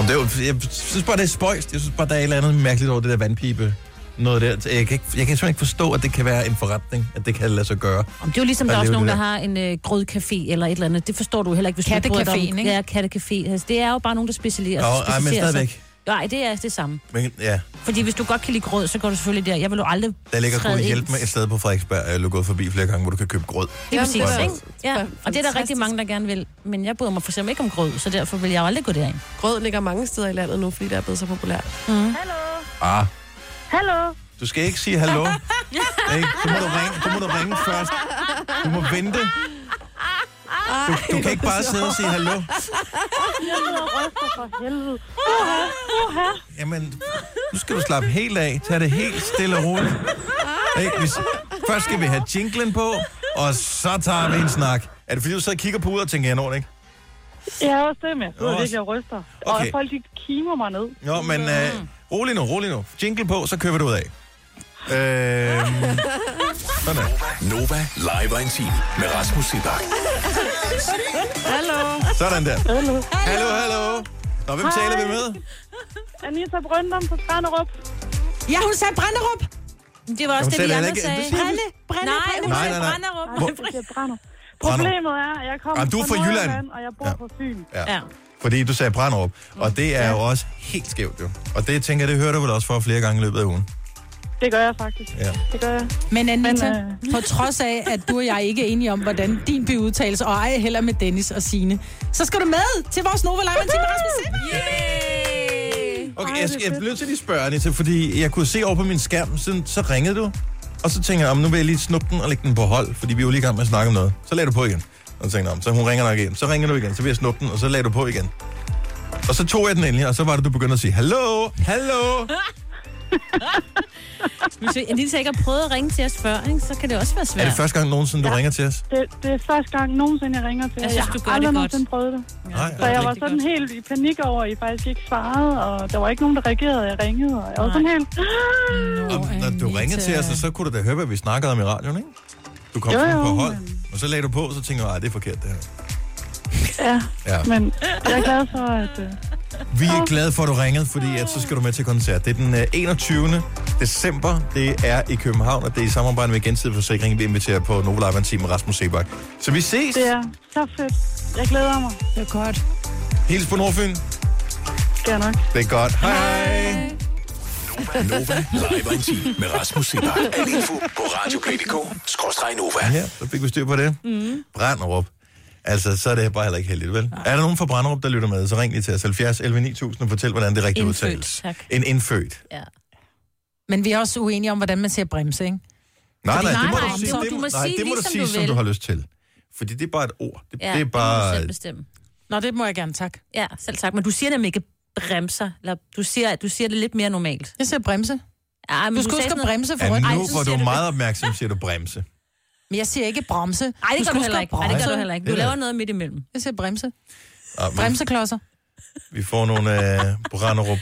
A: Om det er, jo- jeg synes bare, det er spøjst. Jeg synes bare, der er et eller andet mærkeligt over det der vandpipe. Noget der. Jeg kan, ikke, jeg kan simpelthen ikke forstå, at det kan være en forretning, at det kan lade sig gøre.
D: Om det er jo ligesom,
A: Hvad
D: der er også
A: lever
D: nogen,
A: det
D: der har en øh, grødcafé eller et eller andet. Det forstår du heller ikke, hvis du ikke bryder dig om.
B: Kattecaféen, ikke?
D: Ja, kattecafé. Altså, det er jo bare nogen, der specialiserer,
A: Nå, ej, men
D: specialiserer
A: stadigvæk.
D: sig. Nej, det er det samme.
A: Men ja,
D: Fordi hvis du godt kan lide grød, så går du selvfølgelig der. Jeg vil jo aldrig
A: der ligger
D: træde
A: god
D: ind.
A: hjælp med et sted på Frederiksberg, og jeg er gået forbi flere gange, hvor du kan købe grød.
D: Det er
C: Jamen,
D: præcis,
C: det er
D: ikke? Ja, og det er der
C: fantastisk.
D: rigtig mange, der gerne vil. Men jeg bryder mig for eksempel ikke om grød, så derfor vil jeg jo aldrig gå derind.
C: Grød ligger mange steder i landet nu, fordi det er blevet så populært.
B: Mm.
A: Ah. Hallo. Du skal ikke sige hallo. hey, så, må du ringe, så må du ringe først. Du må vente. Du, du kan ikke bare sidde og sige hallo. Jamen, nu skal du slappe helt af. Tag det helt stille og roligt. Hey, vi, s- først skal vi have jinglen på, og så tager vi en snak. Er det fordi, du sidder og kigger på ud og tænker, jeg når det ikke?
G: Ja, også det, men jeg
A: sidder Nå, virkelig
G: og ryster.
A: okay. Og
G: folk, de kimer mig ned.
A: Jo, men øh, rolig nu, rolig nu. Jingle på, så køber du ud af. Øhm, sådan der.
E: Nova Live og en time med Rasmus Sebak.
A: Sådan der. Hallo. Hallo, hallo. Nå, hvem Hej. taler vi med?
G: Anita Brøndum fra Branderup.
B: Ja, hun sagde Brænderup!
D: Det var også
A: Hun
D: det, vi
A: sagde
D: andre
A: ikke-
D: sagde.
A: Det siger
D: Nej,
A: du-
B: Brænde,
D: hun
A: Nej, nej,
D: sagde
A: nej.
D: Branderup.
A: Hvor-
G: Det brænder. Problemet er, at jeg kommer
A: Jamen, du er fra Jylland.
G: Nordjylland, og jeg bor
A: Ja.
G: ja. på Fyn.
D: Ja.
A: Fordi du sagde Branderup, og det er jo også helt skævt jo. Og det tænker jeg, det hører du vel også for flere gange i løbet af ugen.
G: Det gør jeg faktisk.
A: Ja.
G: Det gør jeg.
B: Men Anita,
G: Men,
B: Men, øh... på trods af, at du og jeg ikke er enige om, hvordan din by udtales, og ej heller med Dennis og Sine, så skal du med til vores Nova Live med Rasmus Seebach.
A: Okay, jeg, jeg blev til at lige spørge, Anita, fordi jeg kunne se over på min skærm, så, så ringede du, og så tænkte jeg, om nu vil jeg lige snuppe den og lægge den på hold, fordi vi var lige i gang med at snakke om noget. Så lagde du på igen. Og så tænkte jeg, "Nå, så hun ringer nok igen. Så ringer du igen, så vil jeg snuppe den, og så lagde du på igen. Og så tog jeg den endelig, og så var det, du begyndte at sige, hallo, hallo.
D: Hvis vi- Anita ikke har prøvet at ringe til os før, ikke, så kan det også være
A: Er
D: svært.
A: det første gang nogensinde, du ringer til os?
G: Det, det er første gang nogensinde, jeg ringer til
D: Jeg
G: jer.
D: synes, du
G: jeg
D: gør
G: har aldrig
D: det godt.
G: nogensinde prøvet det.
A: Nej,
G: Så jeg var
D: rigtig
G: sådan
D: godt.
G: helt i panik over, at I faktisk ikke svarede, og der var ikke nogen, der reagerede, og jeg ringede. Og jeg var sådan helt...
A: Og når du ringede til os, så kunne du da høre, hvad vi snakkede om i radioen, ikke? Du kom
G: Jo,
A: sådan
G: jo,
A: på hold,
G: men-
A: og så lagde du på, og så tænkte jeg, "Ej, det er forkert det her.
G: Ja,
A: Ja.
G: men jeg er glad for, at... øh,
A: Vi er glade for, at du ringede, fordi at så skal du med til koncert. Det er den øh, 21. december. Det er i København, og det er i samarbejde med Gensidig Forsikring. Vi inviterer på Novo Live en time med Rasmus Sebak. Så vi ses.
G: Det er så fedt. Jeg glæder mig.
B: Det er godt.
A: Hils på Nordfyn.
G: Skal jeg nok.
A: Det er godt. Hej. hej.
E: Nova Live og en time med Rasmus Sebak. Al info på radioplay.dk-nova.
A: Ja, så fik vi styr på det. Mm. Brænderup. Altså, så er det bare heller ikke heldigt, vel? Er der nogen fra Brænderup, der lytter med, så ring lige til os 70 11 9000 og fortæl, hvordan det rigtigt
D: Indfødt,
A: udtales.
D: tak.
A: En indfødt.
D: Ja.
B: Men vi er også uenige om, hvordan man siger bremse, ikke?
A: Nej, nej,
D: nej,
A: det må
D: nej,
A: du sige,
D: du-
A: det,
D: du
A: må-
D: må
A: nej,
D: sige
A: det må du
D: ligesom
A: sige,
D: du
A: som
D: vil.
A: du har lyst til. Fordi det er bare et ord. Det,
D: Ja,
A: det er
D: Det må du
A: bare...
D: selv bestemme.
B: Nå, det må jeg gerne, tak.
D: Ja, selv tak. Men du siger nemlig ikke bremser. Eller du siger, du siger det lidt mere normalt.
B: Jeg siger bremse.
D: Ja, men
B: Du skal huske
D: sagde
B: at
D: sådan noget-
B: bremse for
A: Ja,
B: rødt.
A: nu
D: så
A: var
D: siger
A: du
D: du-
A: meget opmærksom, siger du bremse.
B: Men jeg siger ikke bremse.
D: Ej, det
B: skal
D: gør du
B: huske
D: heller
B: at
D: ikke. Ej, det gør du
B: bremse.
D: heller ikke. Du
A: Det er-
D: laver noget midt imellem.
B: Jeg siger bremse.
A: Ah, men,
B: Bremseklodser.
A: vi får nogle øh, Branderup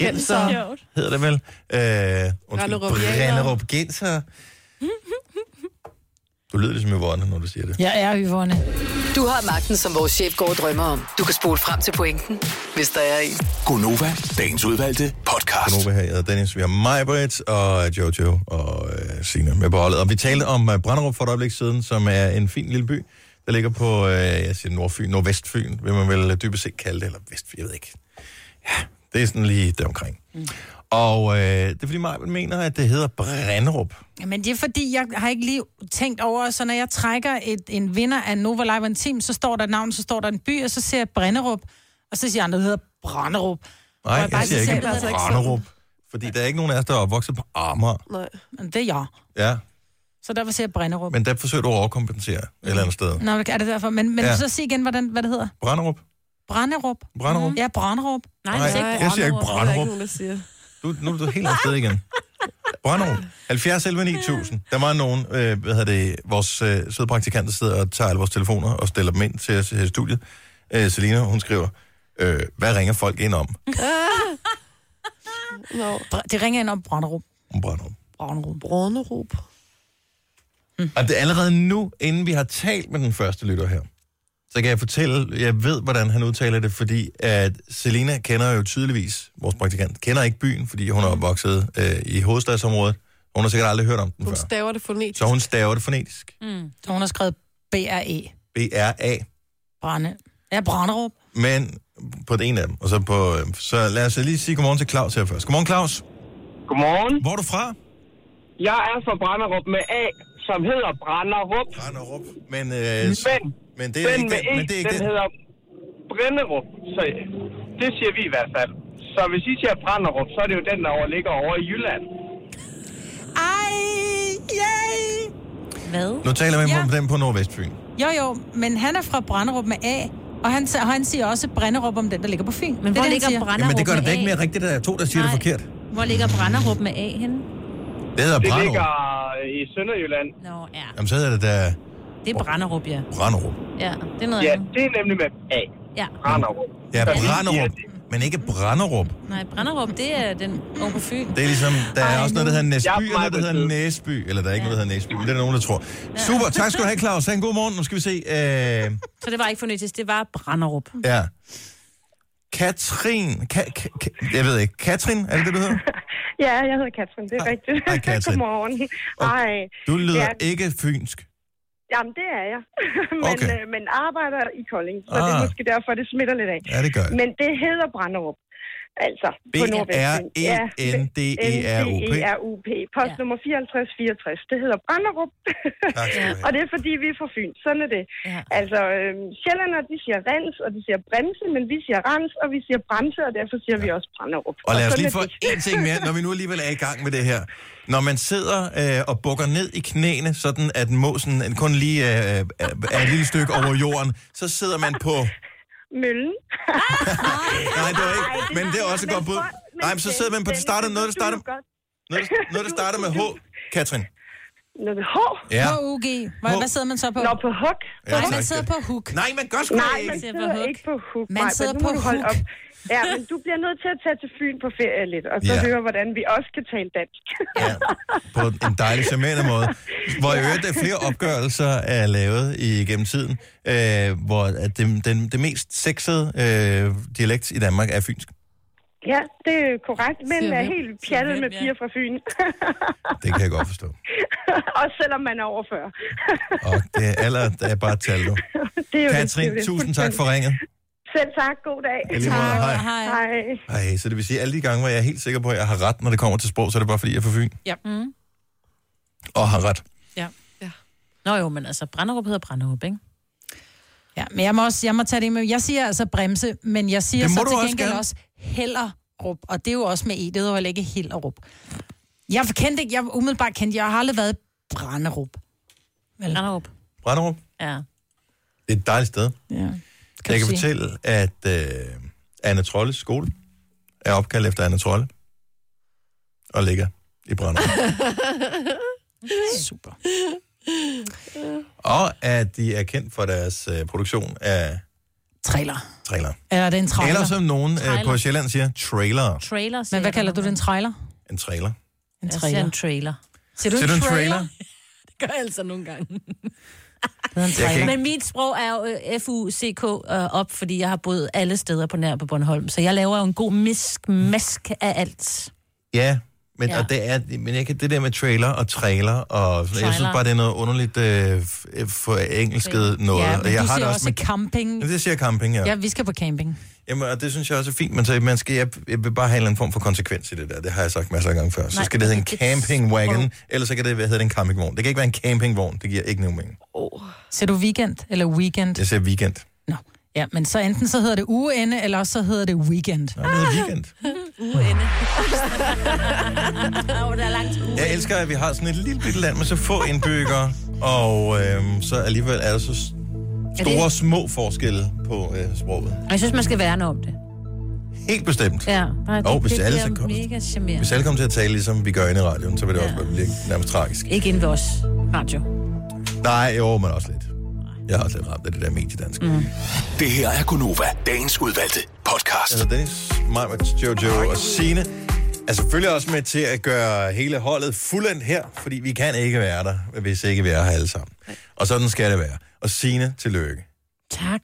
A: Genser, hedder det vel? Øh, undskyld,
C: Branderup
A: Branderup Genser. Du lyder ligesom i vorne, når du siger det.
B: Jeg er Yvonne.
F: Du har magten, som vores chef går og drømmer om. Du kan spole frem til pointen, hvis der er en.
E: Gonova, dagens udvalgte podcast.
A: Nova her, jeg hedder Dennis, vi har Majbrit og Jojo og øh, Signe med på holdet. Og vi talte om øh, Branderup for et øjeblik siden, som er en fin lille by, der ligger på, øh, jeg siger Nordfyn, Nordvestfyn, vil man vel øh, dybest set kalde det, eller Vestfyn, jeg ved ikke. Ja, det er sådan lige deromkring. Mm. Og øh, det er fordi Majbrit mener, at det hedder Branderup.
B: Men det er fordi, jeg har ikke lige tænkt over, så når jeg trækker et, en vinder af Nova Live en Team, så står der et navn, så står der en by, og så ser jeg Brænderup, og så siger andre, det hedder Brænderup.
A: Nej, jeg,
B: bare
A: jeg siger
B: lige
A: ikke
B: selv, altså
C: ikke
A: Branderup, fordi der er ikke nogen af os, der er opvokset på Amager.
C: Nej.
B: Men det er jeg.
A: Ja,
B: Så derfor siger jeg Brænderup. Men...
A: men der forsøger du at overkompensere et eller andet sted.
B: Nå, er det derfor? Men, men
A: Ja.
B: ja. så sig igen, hvordan, hvad det hedder.
A: Branderup?
B: Brænderup.
A: Branderup?
B: Ja, Brænderup.
D: Nej,
A: Nej,
D: du siger ikke
A: jeg siger ikke
D: bremser.
C: Der er ikke
A: Branderup.
C: nogen, der siger.
A: Du, nu er du helt afsted igen. Brøndum, 70 11 9000. Der var nogen, øh, hvad hedder det, vores øh, søde praktikant, der sidder og tager alle vores telefoner og stiller dem ind til os her i studiet. Øh, Selina, hun skriver, øh, hvad ringer folk ind om?
C: Nå.
B: Br- det ringer ind om Brænderup.
A: Om Brøndum.
B: Brænderup.
C: Brønderup.
A: Og det er allerede nu, inden vi har talt med den første lytter her, så kan jeg fortælle, jeg ved, hvordan han udtaler det, fordi at Selina kender jo tydeligvis, vores praktikant, kender ikke byen, fordi hun er opvokset øh, i hovedstadsområdet. Hun har sikkert aldrig hørt om den
C: Hun
A: før.
C: staver det fonetisk.
A: Så hun staver det fonetisk.
D: Mm.
B: Så hun har skrevet B-R-E.
A: B-R-A.
B: Brænde. Ja, Brænderup.
A: men på den ene af dem. Og så, på, øh, så lad os lige sige godmorgen til Claus her først. Godmorgen, Claus.
I: Godmorgen.
A: Hvor er du fra?
I: Jeg er fra Branderup med A, som hedder Branderup.
A: Branderup. Men, øh, s-
I: Men-
A: men det er
I: den
A: ikke
I: med
A: den.
I: E,
A: Men det er ikke
I: den,
A: den.
I: hedder Brænderup. Så det siger vi i hvert fald. Så hvis I siger Branderup, så er det jo den, der over- ligger over i Jylland.
B: Ej, yay!
D: Hvad?
A: Nu taler vi ja.
B: Ja.
A: om dem på Nordvestfyn.
B: Jo, jo, men han er fra Brænderup med A, og han, og han siger også Brænderup om den, der ligger på Fyn.
D: Men
B: det, er
D: hvor
B: det, han
D: ligger
B: siger.
D: Branderup
A: Jamen, det gør det da
D: med
A: ikke
D: A?
A: mere rigtigt, at der er to, der siger det
D: Nej.
A: forkert.
D: Hvor ligger Branderup med A henne?
A: Det hedder
I: Det
A: Branderup.
I: ligger øh, i Sønderjylland.
D: Nå, ja.
A: Jamen, så hedder det da
D: Det er Branderup, ja.
A: Branderup.
D: Ja, det er noget
I: Ja,
D: andet.
I: det er nemlig med A.
D: Ja.
I: Branderup.
A: Ja,
I: Så vi siger
A: Branderup.
I: det.
A: Men ikke Branderup.
D: Nej, Branderup, det er den over på Fyn.
A: Det er ligesom, der er
B: Ej,
A: også noget, der hedder Næsby,
I: Jeg er
A: og
I: på
A: noget, der
I: vej
A: hedder
I: på
A: Næsby. Eller der er ikke noget, der hedder Næsby, men det er der nogen, der tror. Super, tak skal du have, Claus. Ha' en god morgen. Nu skal vi se. Øh,
D: Så det var ikke fonetisk, det var Branderup.
A: Ja. Katrin, ka, ka, ka, jeg ved ikke, Katrin, er det det, du hedder?
G: Ja, jeg hedder Katrin, det er rigtigt.
A: hej, Katrin.
G: Godmorgen.
A: Og-
G: Ej,
A: Du lyder
G: Ja.
A: ikke fynsk.
G: jamen det er jeg. men,
A: Okay.
G: øh, men arbejder i Kolding, så det
A: Ah.
G: er måske derfor, det smitter lidt af.
A: Ja, det gør jeg.
G: Men det hedder Branderup.
J: Altså, på E Nordvestfyn.
A: E B-R-E-N-D-E-R-O-P.
J: N-D-E-R-U-P. Post
D: Ja.
J: nummer 5464. Det hedder Branderup.
A: Tak skal du have.
J: og det er fordi, vi er fra Fyn. Sådan er det.
D: Ja.
J: Altså, øh, sjællænder, de siger rens, og de siger bremse, men vi siger rens, og vi siger bremse, og derfor siger ja. vi også Branderup.
A: Og lad os
J: sådan
A: lige
J: er
A: få
J: det.
A: en ting mere, når vi nu alligevel er i gang med det her. Når man sidder øh, og bukker ned i knæene, sådan at måsen kun lige øh, er er et lille stykke over jorden, så sidder man på...
J: Møllen.
A: Nej, det var ikke, men det er også et godt bud. Nej, men så sidder man på... Det starter, noget, der starter, noget, der- noget, der starter med H, Katrin.
J: Noget med H.
A: Ja.
B: H-U-G. Hvad,
A: H.
B: hvad sidder man så på?
J: Nå, på hook.
A: Ja,
B: Nej,
A: tak.
B: man sidder på hook.
A: Nej, man gør sgu
J: Nej,
A: da
J: man
A: ikke.
D: sidder på
J: sidder
D: hook.
J: ikke på hook.
B: Man
J: Maj, men
B: sidder
J: nu
B: på
J: må du holde
B: hook.
J: Op. Ja, men du bliver nødt til at tage til Fyn på ferie lidt, og så
A: Ja.
J: ja. høre, hvordan vi også kan tale dansk.
A: Ja, på en dejlig, charmerende måde. Hvor i øvrigt øh, flere opgørelser er lavet i gennem tiden, øh, hvor at den, den, det mest sexede øh, dialekt i Danmark er fynsk.
J: ja, det er korrekt, men
C: Siger
J: er
C: hvem?
J: helt pjattet
D: hvem,
J: med
D: ja.
J: piger fra Fyn.
A: Det kan jeg godt forstå.
J: også selvom man er over 40.
A: Og det alder der er bare et tal nu.
J: det er jo det, det er jo
A: Katrin,
J: det.
A: tusind tak for ringet.
J: Selv tak, god dag.
A: I lige måde, hej.
B: Hej.
J: Hej.
A: Ej, så det vil sige, at alle de gange, hvor jeg er helt sikker på, at jeg har ret, når det kommer til sprog, så er det bare fordi, jeg er fra Fyn.
B: Ja. Mm.
A: Og har ret.
D: Nå jo, men altså, Branderup hedder Branderup, ikke?
B: ja. men jeg må, også, jeg må tage det med. Jeg siger altså bremse, men jeg siger
A: Det må
B: så
A: du
B: til
A: også
B: gengæld
A: gerne.
B: også, Hellerup. Og det er jo også med E, det hedder jo heller ikke Hellerup. Jeg kendte ikke, jeg umiddelbart kendte, jeg har aldrig været i Branderup. Vel?
D: Branderup.
A: Branderup,
D: Ja.
A: det er et dejligt sted.
B: Ja.
A: jeg
B: du
A: kan
B: sige.
A: fortælle, at øh, Anna Trolles skole er opkaldt efter Anna Trolle. Og ligger i Branderup.
B: Super.
A: og at de er kendt for deres øh, produktion af
B: Trailer.
A: trailer.
B: Eller er det en trailer?
A: Eller som nogen øh, på
D: Trailer.
A: Sjælland siger, trailer.
D: Trailer, siger
B: Men hvad
D: jeg,
B: kalder
D: når
B: du det, en
D: man-
B: trailer?
A: En trailer.
B: En
D: Jeg siger
B: trailer.
D: en trailer.
B: Ser
A: Ser du en trailer?
D: Det gør jeg altså nogle gange.
B: Det en
A: Jeg kan
B: trailer.
A: ikke-
D: Men mit sprog er jo øh, F-U-C-K øh, op, fordi jeg har boet alle steder på nær på Bornholm. Så jeg laver jo en god misk-mask af alt.
A: Ja, men, ja.
D: Ja.
A: Og det, er, men jeg kan, det der med trailer og trailer, og trailer. jeg synes
D: Trailer.
A: bare, det er noget underligt øh, f- for engelsket noget.
B: Ja,
A: og
B: men
A: jeg
B: du siger
A: det
B: også
A: med,
B: camping.
A: Jamen, det siger camping, ja.
B: Ja,
A: ja.
B: vi skal på camping.
A: Jamen, og det synes jeg også er fint, men så man skal, jeg, jeg vil bare have en eller anden form for konsekvens i det der. Det har jeg sagt masser af gange før. Så
D: Nej,
A: skal det hedde en
D: det-
A: camping wagon, eller så kan det hvad hedder det, en campingvogn. Det kan ikke være en campingvogn, det giver ikke nogen mening.
B: Ser du weekend eller weekend?
A: Jeg siger weekend.
B: Nå. Ja, men så enten så hedder det ugeende, eller også så hedder det weekend.
A: Nå, det hedder weekend.
D: Uende. Åh, der er langt uge.
A: Jeg elsker, at vi har sådan et lille bitte land med så få indbyggere, og øhm, så alligevel er der så s- store, små forskelle på øh, sproget.
D: Jeg synes, man skal værne om det.
A: Helt bestemt.
D: Ja. Nej,
A: Åh, hvis alle
D: bliver
A: så kom-
D: mega charmerende.
A: Hvis alle kom til at tale, ligesom vi gør inde i radioen, så vil det ja. også blive nærmest tragisk.
D: Ikke inden ved os radio.
A: Nej, jo, men også lidt. Jeg har også lidt ramt af det der mediedansk. Mm.
E: Det her er Gunova, dagens udvalgte podcast.
A: Jeg hedder Altså, Dennis, mig, Jojo og Sine er selvfølgelig også med til at gøre hele holdet fuldendt her, fordi vi kan ikke være der, hvis ikke vi er her alle sammen. Og sådan skal det være. Og Sine, tillykke.
D: Tak.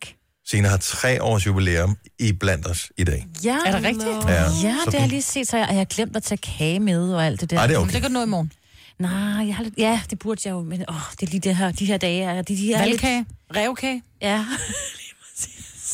A: Sine har tre års jubilæum i blandt os i dag.
D: Ja, øh,
B: Er det rigtigt?
A: Ja,
D: Ja,
A: så
D: det har jeg
A: den-
D: lige set, så jeg, og jeg har glemt at tage kage med og alt det der.
A: Ej, det er
B: Men det
A: okay.
B: kan du nå i morgen.
D: Nej, jeg har lidt... Ja, det burde jeg jo, men åh, det er lige det her, de her dage. er- De, de er lidt-
B: Valgkage? Revkage?
D: Ja.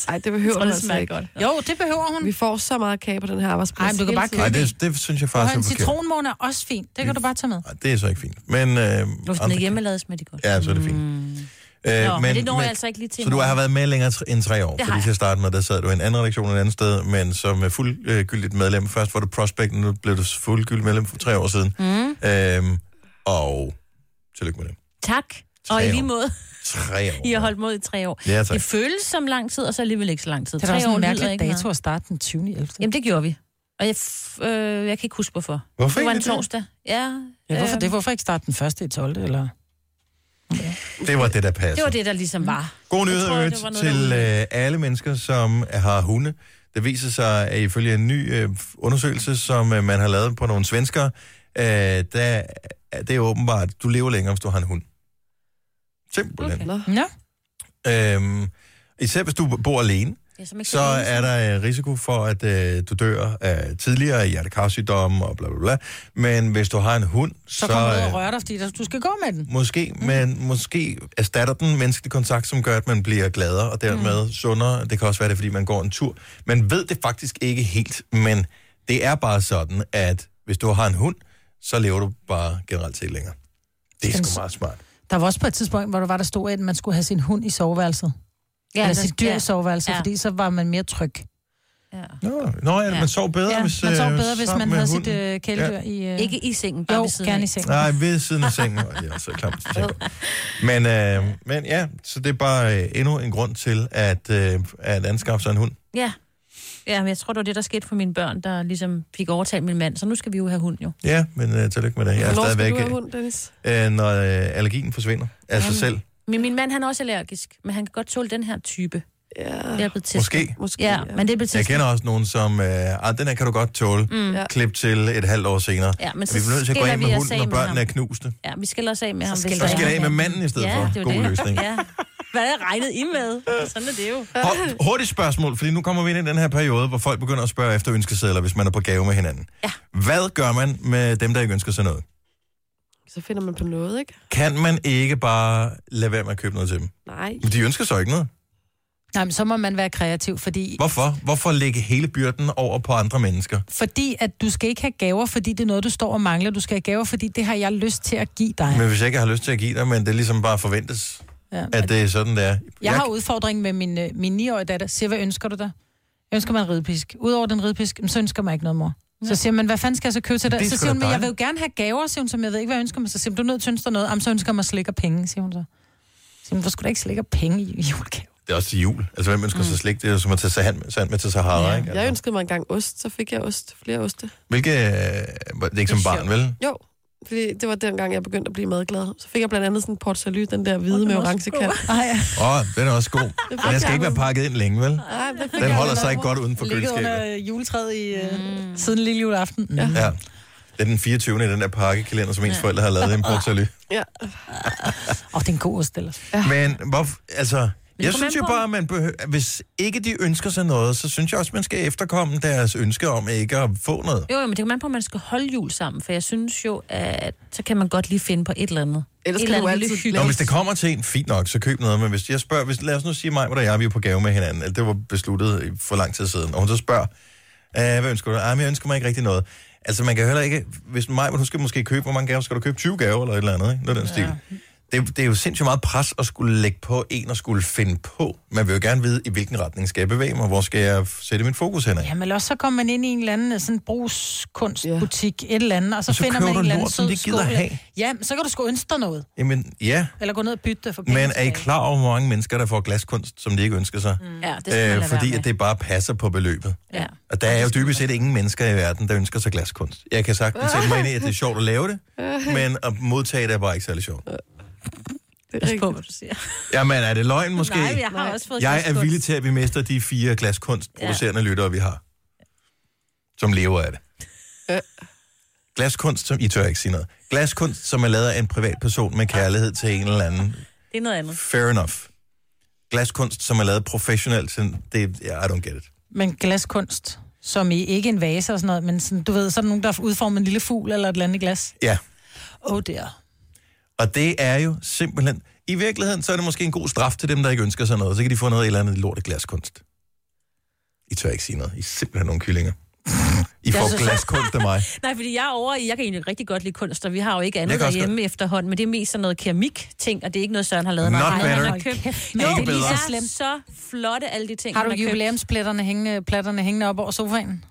C: Ej, det behøver
D: tror,
C: du
D: det
C: altså
D: smager
C: ikke.
D: godt.
B: Jo, det behøver hun.
C: Vi får så meget kage på den her arbejdsplads.
B: Ej, men du kan
C: hele
B: bare
C: tiden.
A: Nej, det, det synes jeg
B: Og
A: faktisk
B: en
A: er forkert.
B: citronmåne er også fint. Det kan du bare tage med.
A: Ej, det er så ikke fint. Men, øh,
D: Hvis den er hjemmelavet, smager de godt.
A: Ja, så er det fint. Øh,
D: Mm. Nå, men, men det når jeg altså ikke lige til.
A: Så du har været med længere tr- end tre år?
D: Det har
A: fordi
D: jeg.
A: til at starte med, der sad du i en anden redaktion et andet sted, men som øh, fuldgyldigt medlem. Først var du prospect, nu blev du fuldgyldigt medlem for tre år siden. Mm. Øhm, og tillykke med det.
D: Tak.
A: Tre
D: Og i lige
A: år.
D: måde,
A: Tre år.
D: I har holdt mod i tre år.
A: Ja, tak.
D: Det føles som lang tid, og så alligevel ikke så lang tid.
B: Det er da
D: tre
B: også en
D: lyder
B: mærkelig
D: ikke
B: dato
D: meget.
B: at starte den 20. 11.
D: Jamen, det gjorde vi. Og jeg, f- øh, jeg kan ikke huske, hvorfor.
A: Hvorfor
D: det var en
A: egentlig det?
D: torsdag. Ja,
B: Ja, hvorfor,
D: øhm,
B: det, hvorfor ikke starte den første i 12. Eller?
A: Det var det, der
D: det
A: passede.
D: var det, der ligesom var.
A: God
D: Jeg
A: nyhed
D: tror,
A: tror,
D: det var noget,
A: til
D: der
A: øh, alle mennesker, som har hunde. Det viser sig, at ifølge en ny øh, undersøgelse, som øh, man har lavet på nogle svenskere, øh, der, det er åbenbart, du lever længere, hvis du har en hund. Simpelthen.
C: Nå.
B: Nå,
A: Øhm, især hvis du bor alene,
D: Ja, som ikke
A: så er der øh, risiko for, at øh, du dør af tidligere hjertekarsygdomme og bla bla bla. Men hvis du har en hund,
B: Så
A: så,
B: kommer du ud
A: øh,
B: og rører dig, fordi der- du skal gå med den.
A: Måske, mm. men måske erstatter den menneskelig kontakt, som gør, at man bliver gladere og dermed mm. sundere. Det kan også være det, er, fordi man går en tur. Man ved det faktisk ikke helt, men det er bare sådan, at hvis du har en hund, så lever du bare generelt set længere. Det er
B: Den-
A: sgu meget smart.
B: Der var også på et tidspunkt, hvor der var, der stod, at man skulle have sin hund i soveværelset.
D: Ja,
B: Ja, Eller
D: der-
B: sit dyr
D: ja.
B: i soveværelset,
D: Ja.
B: ja. fordi så var man mere tryg.
A: Nå, nå ja, man sover bedre,
B: Ja,
A: hvis...
B: man sov
A: øh,
B: bedre, hvis
A: sammen
B: man
A: med
B: havde sit
A: hunden.
B: øh, kæledyr
A: Ja.
B: i... Øh...
D: Ikke i sengen, bare
B: Jo,
D: ved siden
B: gerne i
D: af.
B: sengen.
A: Nej, ved siden af sengen. Ja, så klamt. til sengen. Men, øh, men ja, så det er bare øh, endnu en grund til at, øh, at anskaffe sig en hund.
D: Ja. Ja, men jeg tror, det var det, der skete for mine børn, der ligesom fik overtalt min mand. Så nu skal vi jo have hund, jo.
A: Ja, men øh, tillykke med det. Jeg er
C: Hvornår skal
A: stadigvæk...
C: du have
A: øh,
C: hund, Dennis?
A: øh, når øh, allergien forsvinder af sig
D: Jamen,
A: selv.
D: Men min mand, han er også allergisk, men han kan godt tåle den her type.
C: Ja,
D: Det er blevet testet.
A: Måske.
C: måske.
D: Ja, men det er
A: Jeg
D: blevet testet.
A: kender også nogen, som... Øh, "Ah, den her kan du godt tåle. Mm.
C: Ja.
A: Klip til et halvt år senere.
D: Ja, men så
A: vi bliver nødt til at gå
D: skiller
A: af
D: vi
A: med
D: os
A: hunden,
D: af
A: når
D: med
A: børnene
D: ham.
A: er knuste.
D: Ja, vi skiller os af med ham. hvis
B: skiller
A: Så
D: der
B: Ja,
A: skal
D: er
A: jeg af med manden i stedet
D: Ja, det
A: for.
D: er
A: God
D: det.
A: løsning.
D: Ja. Hvad regnede I med? Sådan er det jo.
A: Hå- Hurtigt spørgsmål, fordi nu kommer vi ind i den her periode, hvor folk begynder at spørge efter ønskesedler, hvis man er på gave med hinanden.
D: Ja.
A: Hvad gør man med dem, der ikke ønsker sig noget?
C: Så finder man på noget, ikke?
A: Kan man ikke bare lade være med at købe noget til dem?
C: Nej.
A: Men De ønsker så ikke noget.
B: Nej, men så må man være kreativ, fordi,
A: Hvorfor? Hvorfor lægge hele byrden over på andre mennesker?
B: fordi at du skal ikke have gaver, fordi det er noget, du står og mangler. Du skal have gaver, fordi det har jeg lyst til at give dig.
A: Men hvis jeg ikke har lyst til at give dig, men det er ligesom bare forventes,
B: Ja.
A: at det er sådan, det er.
B: Jeg har udfordring med min, øh, min 9-årige datter. Siger, hvad ønsker du dig? Jeg ønsker mig en ridepisk. Udover den ridepisk, "Jamen, så ønsker jeg mig ikke noget, mor. Så siger man, hvad fanden skal jeg så købe til
A: Men det er
B: dig? Så
A: sgu
B: siger
A: da
B: hun, men jeg vil
A: dejligt."
B: jo gerne have gaver, siger hun, som jeg ved ikke, hvad jeg ønsker mig. Så siger hun, du er nødt til at ønske dig noget. Jamen, så ønsker jeg mig slik og penge, siger hun så. Så siger hun, hvor skulle der ikke slik og penge i julegave?
A: det er også til jul. Altså, hvem ønsker mm. sig slik? Det er jo som at tage sand med, sand med til Sahara, ja. ikke?
C: Jeg
A: Altså,
C: ønskede mig engang ost, så fik jeg ost. Flere oste.
A: hvilke... øh, Det er ikke som
B: Det er
A: barn, vel?
C: Jo, fordi det var dengang, jeg begyndte at blive madglad. Så fik jeg blandt andet sådan en port salut, den der hvide med orange kant.
B: Ej,
A: Åh, oh, den er også god. Men den skal ikke være pakket ind længe, vel?
C: Nej, det fik
A: Den
C: jeg
A: holder
C: aldrig.
A: sig ikke godt uden for
B: ligget
A: køleskabet.
B: under øh, juletræet i, øh, siden lille juleaften. Mm. Ja.
A: Ja. Det er den 24. i den der pakkekalender, som ens forældre har lavet i en portalø.
C: Ja.
B: Og det er en god ost ellers.
A: Men hvorfor, altså, jeg
D: kommer
A: synes
D: an
A: jo
D: på-
A: bare, at man behøver, hvis ikke de ønsker sig noget, så synes jeg også, man skal efterkomme deres ønske om ikke at få noget.
D: Jo, jo, men det kan man på, at man skal holde jul sammen, for jeg synes jo, at så kan man godt lige finde på et eller andet.
C: Ellers
D: et
C: kan
D: eller
C: du
D: andet lille
C: altid
D: hygge.
A: Nå, hvis det kommer til en, fint nok, så køb noget. Men hvis jeg spørger, hvis, lad os nu sige mig, hvor der er, vi er på gave med hinanden. Eller det var besluttet i- for lang tid siden. Og hun så spørger, "Øh, hvad ønsker du? Ah, men jeg ønsker mig ikke rigtig noget. Altså, man kan jo heller ikke... Hvis mig, hun skal måske købe... Hvor mange gaver skal du købe? 20 gaver eller et eller andet, ikke? Noget af den stil. Det, det er jo sindssygt meget pres at skulle lægge på en og skulle finde på. Man vil jo gerne vide, i hvilken retning skal jeg bevæge mig? Hvor skal jeg f- sætte min fokus henad?
B: Jamen også så kommer man ind i en eller anden øh, sådan brugskunstbutik, et eller andet, og så,
A: Og så
B: finder
A: køber
B: man
A: du
B: en eller anden
A: lort, som
B: sød
A: de gider
B: skål.
A: have.
B: Ja, men så kan du sgu ønske dig noget.
A: Jamen, ja.
B: Eller gå ned og bytte det for penge.
A: Men øh, er I klar over, hvor mange mennesker, der får glaskunst, som de ikke ønsker sig? Mm.
D: Ja, det skal man
A: Øh,
D: lade
A: fordi
D: være
A: at det bare passer på beløbet.
D: med. Ja.
A: Og der er jo dybest set ingen mennesker i verden, der ønsker sig glaskunst. Jeg kan sagtens sætte mig ind i, at det er sjovt at lave det, men at modtage det er bare ikke særlig
D: Øh,
A: sjovt.
C: Det er
D: Pas på,
C: rigtigt.
D: hvad du siger.
A: Jamen, er det løgn måske?
D: Nej, jeg har også fået
A: Jeg er
D: glaskunst.
A: villig til, at vi mister de fire glaskunstproducerende lyttere, vi har, som lever af det.
D: Øh.
A: Glaskunst, som I tør ikke sige noget. Glaskunst, som er lavet af en privatperson med kærlighed til en eller anden.
D: Det er noget andet.
A: Fair enough. Glaskunst, som er lavet professionelt, sådan- det, yeah, I don't get it.
B: Men glaskunst, som i ikke en vase og sådan noget, men sådan, du ved, så er der nogen, der udformer en lille fugl eller et eller andet i glas.
A: Ja.
B: Åh, oh, der.
A: Og det er jo simpelthen... I virkeligheden, så er det måske en god straf til dem, der ikke ønsker sig noget. Så kan de få noget eller andet lort af glaskunst. I tør ikke sige noget. I er simpelthen nogle kyllinger. I får glaskunst af mig.
D: Nej, fordi jeg er over i, jeg kan egentlig rigtig godt lide kunst, og vi har jo ikke andet
A: Jeg kan også
D: derhjemme efterhånden, men det er mest sådan noget keramik-ting, og det er ikke noget, Søren har lavet.
A: Not
D: Nej, han
A: better.
D: har købt.
B: Kæft,
D: Jo,
B: mand,
D: men
A: det er
D: de
A: bedre.
D: er så flotte, alle de ting,
B: Har du
D: han købt.
B: jubilæumspletterne hængende, platterne hængende op over sofaen?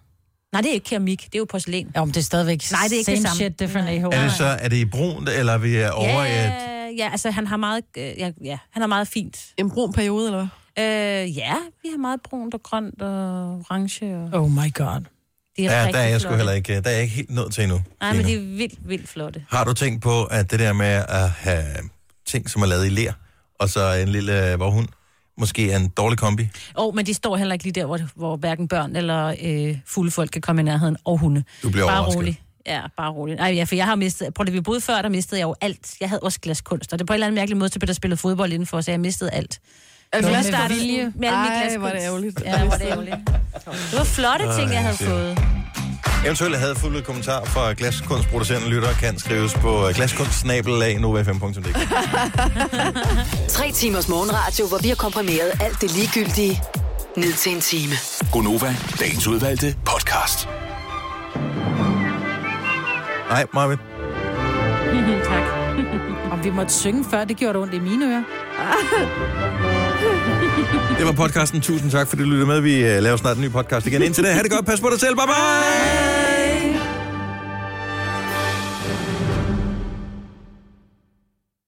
D: Nej, det er ikke keramik, det er jo porcelæn.
B: Ja, men det er stadigvæk
D: Nej, det er ikke
B: same
D: det samme.
B: shit, different
D: Nej.
B: AH.
A: Er det så, er det i brunt, eller er vi er
B: øh.
A: over i et...
D: ja, ja, altså han har meget, øh, ja, ja, han har meget fint.
C: En brun periode, eller hvad?
D: Øh, ja, vi har meget brunt og grønt og orange. Og
B: Oh my god.
D: det er
A: Ja,
D: rigtig
A: der er jeg sgu
D: flotte.
A: heller ikke, der er jeg ikke helt nået til endnu.
D: Nej,
A: lige
D: men
A: nu.
D: det er vildt, vildt flotte.
A: Har du tænkt på, at det der med at have ting, som er lavet i ler, og så en lille øh, vorhund, måske er en dårlig kombi?
D: Og men de står heller ikke lige der, hvor, hvor hverken børn eller øh, fulde folk kan komme i nærheden, og hunde.
A: Du bliver
D: bare
A: overrasket.
D: rolig. Ja, bare rolig. Ej, ja, for jeg har mistet... Prøv at vi boede før, der mistede jeg jo alt. Jeg havde også glaskunst, og det på en eller anden mærkelig måde, så blev der spillet fodbold indenfor, så jeg mistede alt. Altså,
C: Noget
D: jeg
C: med
D: startede
C: Øh, vilje.
D: med alle mine
C: Ej,
D: glaskuds.
C: hvor er det ærgerligt.
D: Ja, hvor er det ærgerligt. Det var flotte ting, jeg havde
A: Ej,
D: fået.
A: Eventuelt havde fulde kommentarer fra glaskunstproducenten lyttere kan skrives på øh, glaskunstsnabelag.nova5.dk.
F: Tre timers morgenradio, hvor vi har komprimeret alt det ligegyldige ned til en time.
E: Gonova, dagens udvalgte podcast.
A: Nej, Marvin.
B: tak. Om vi måtte synge før, det gjorde det ondt i mine ører.
A: Det var podcasten. Tusind tak, fordi du lyttede med. Vi øh, laver snart en ny podcast igen. Indtil da, ha' det godt. Pas på dig selv. Bye bye!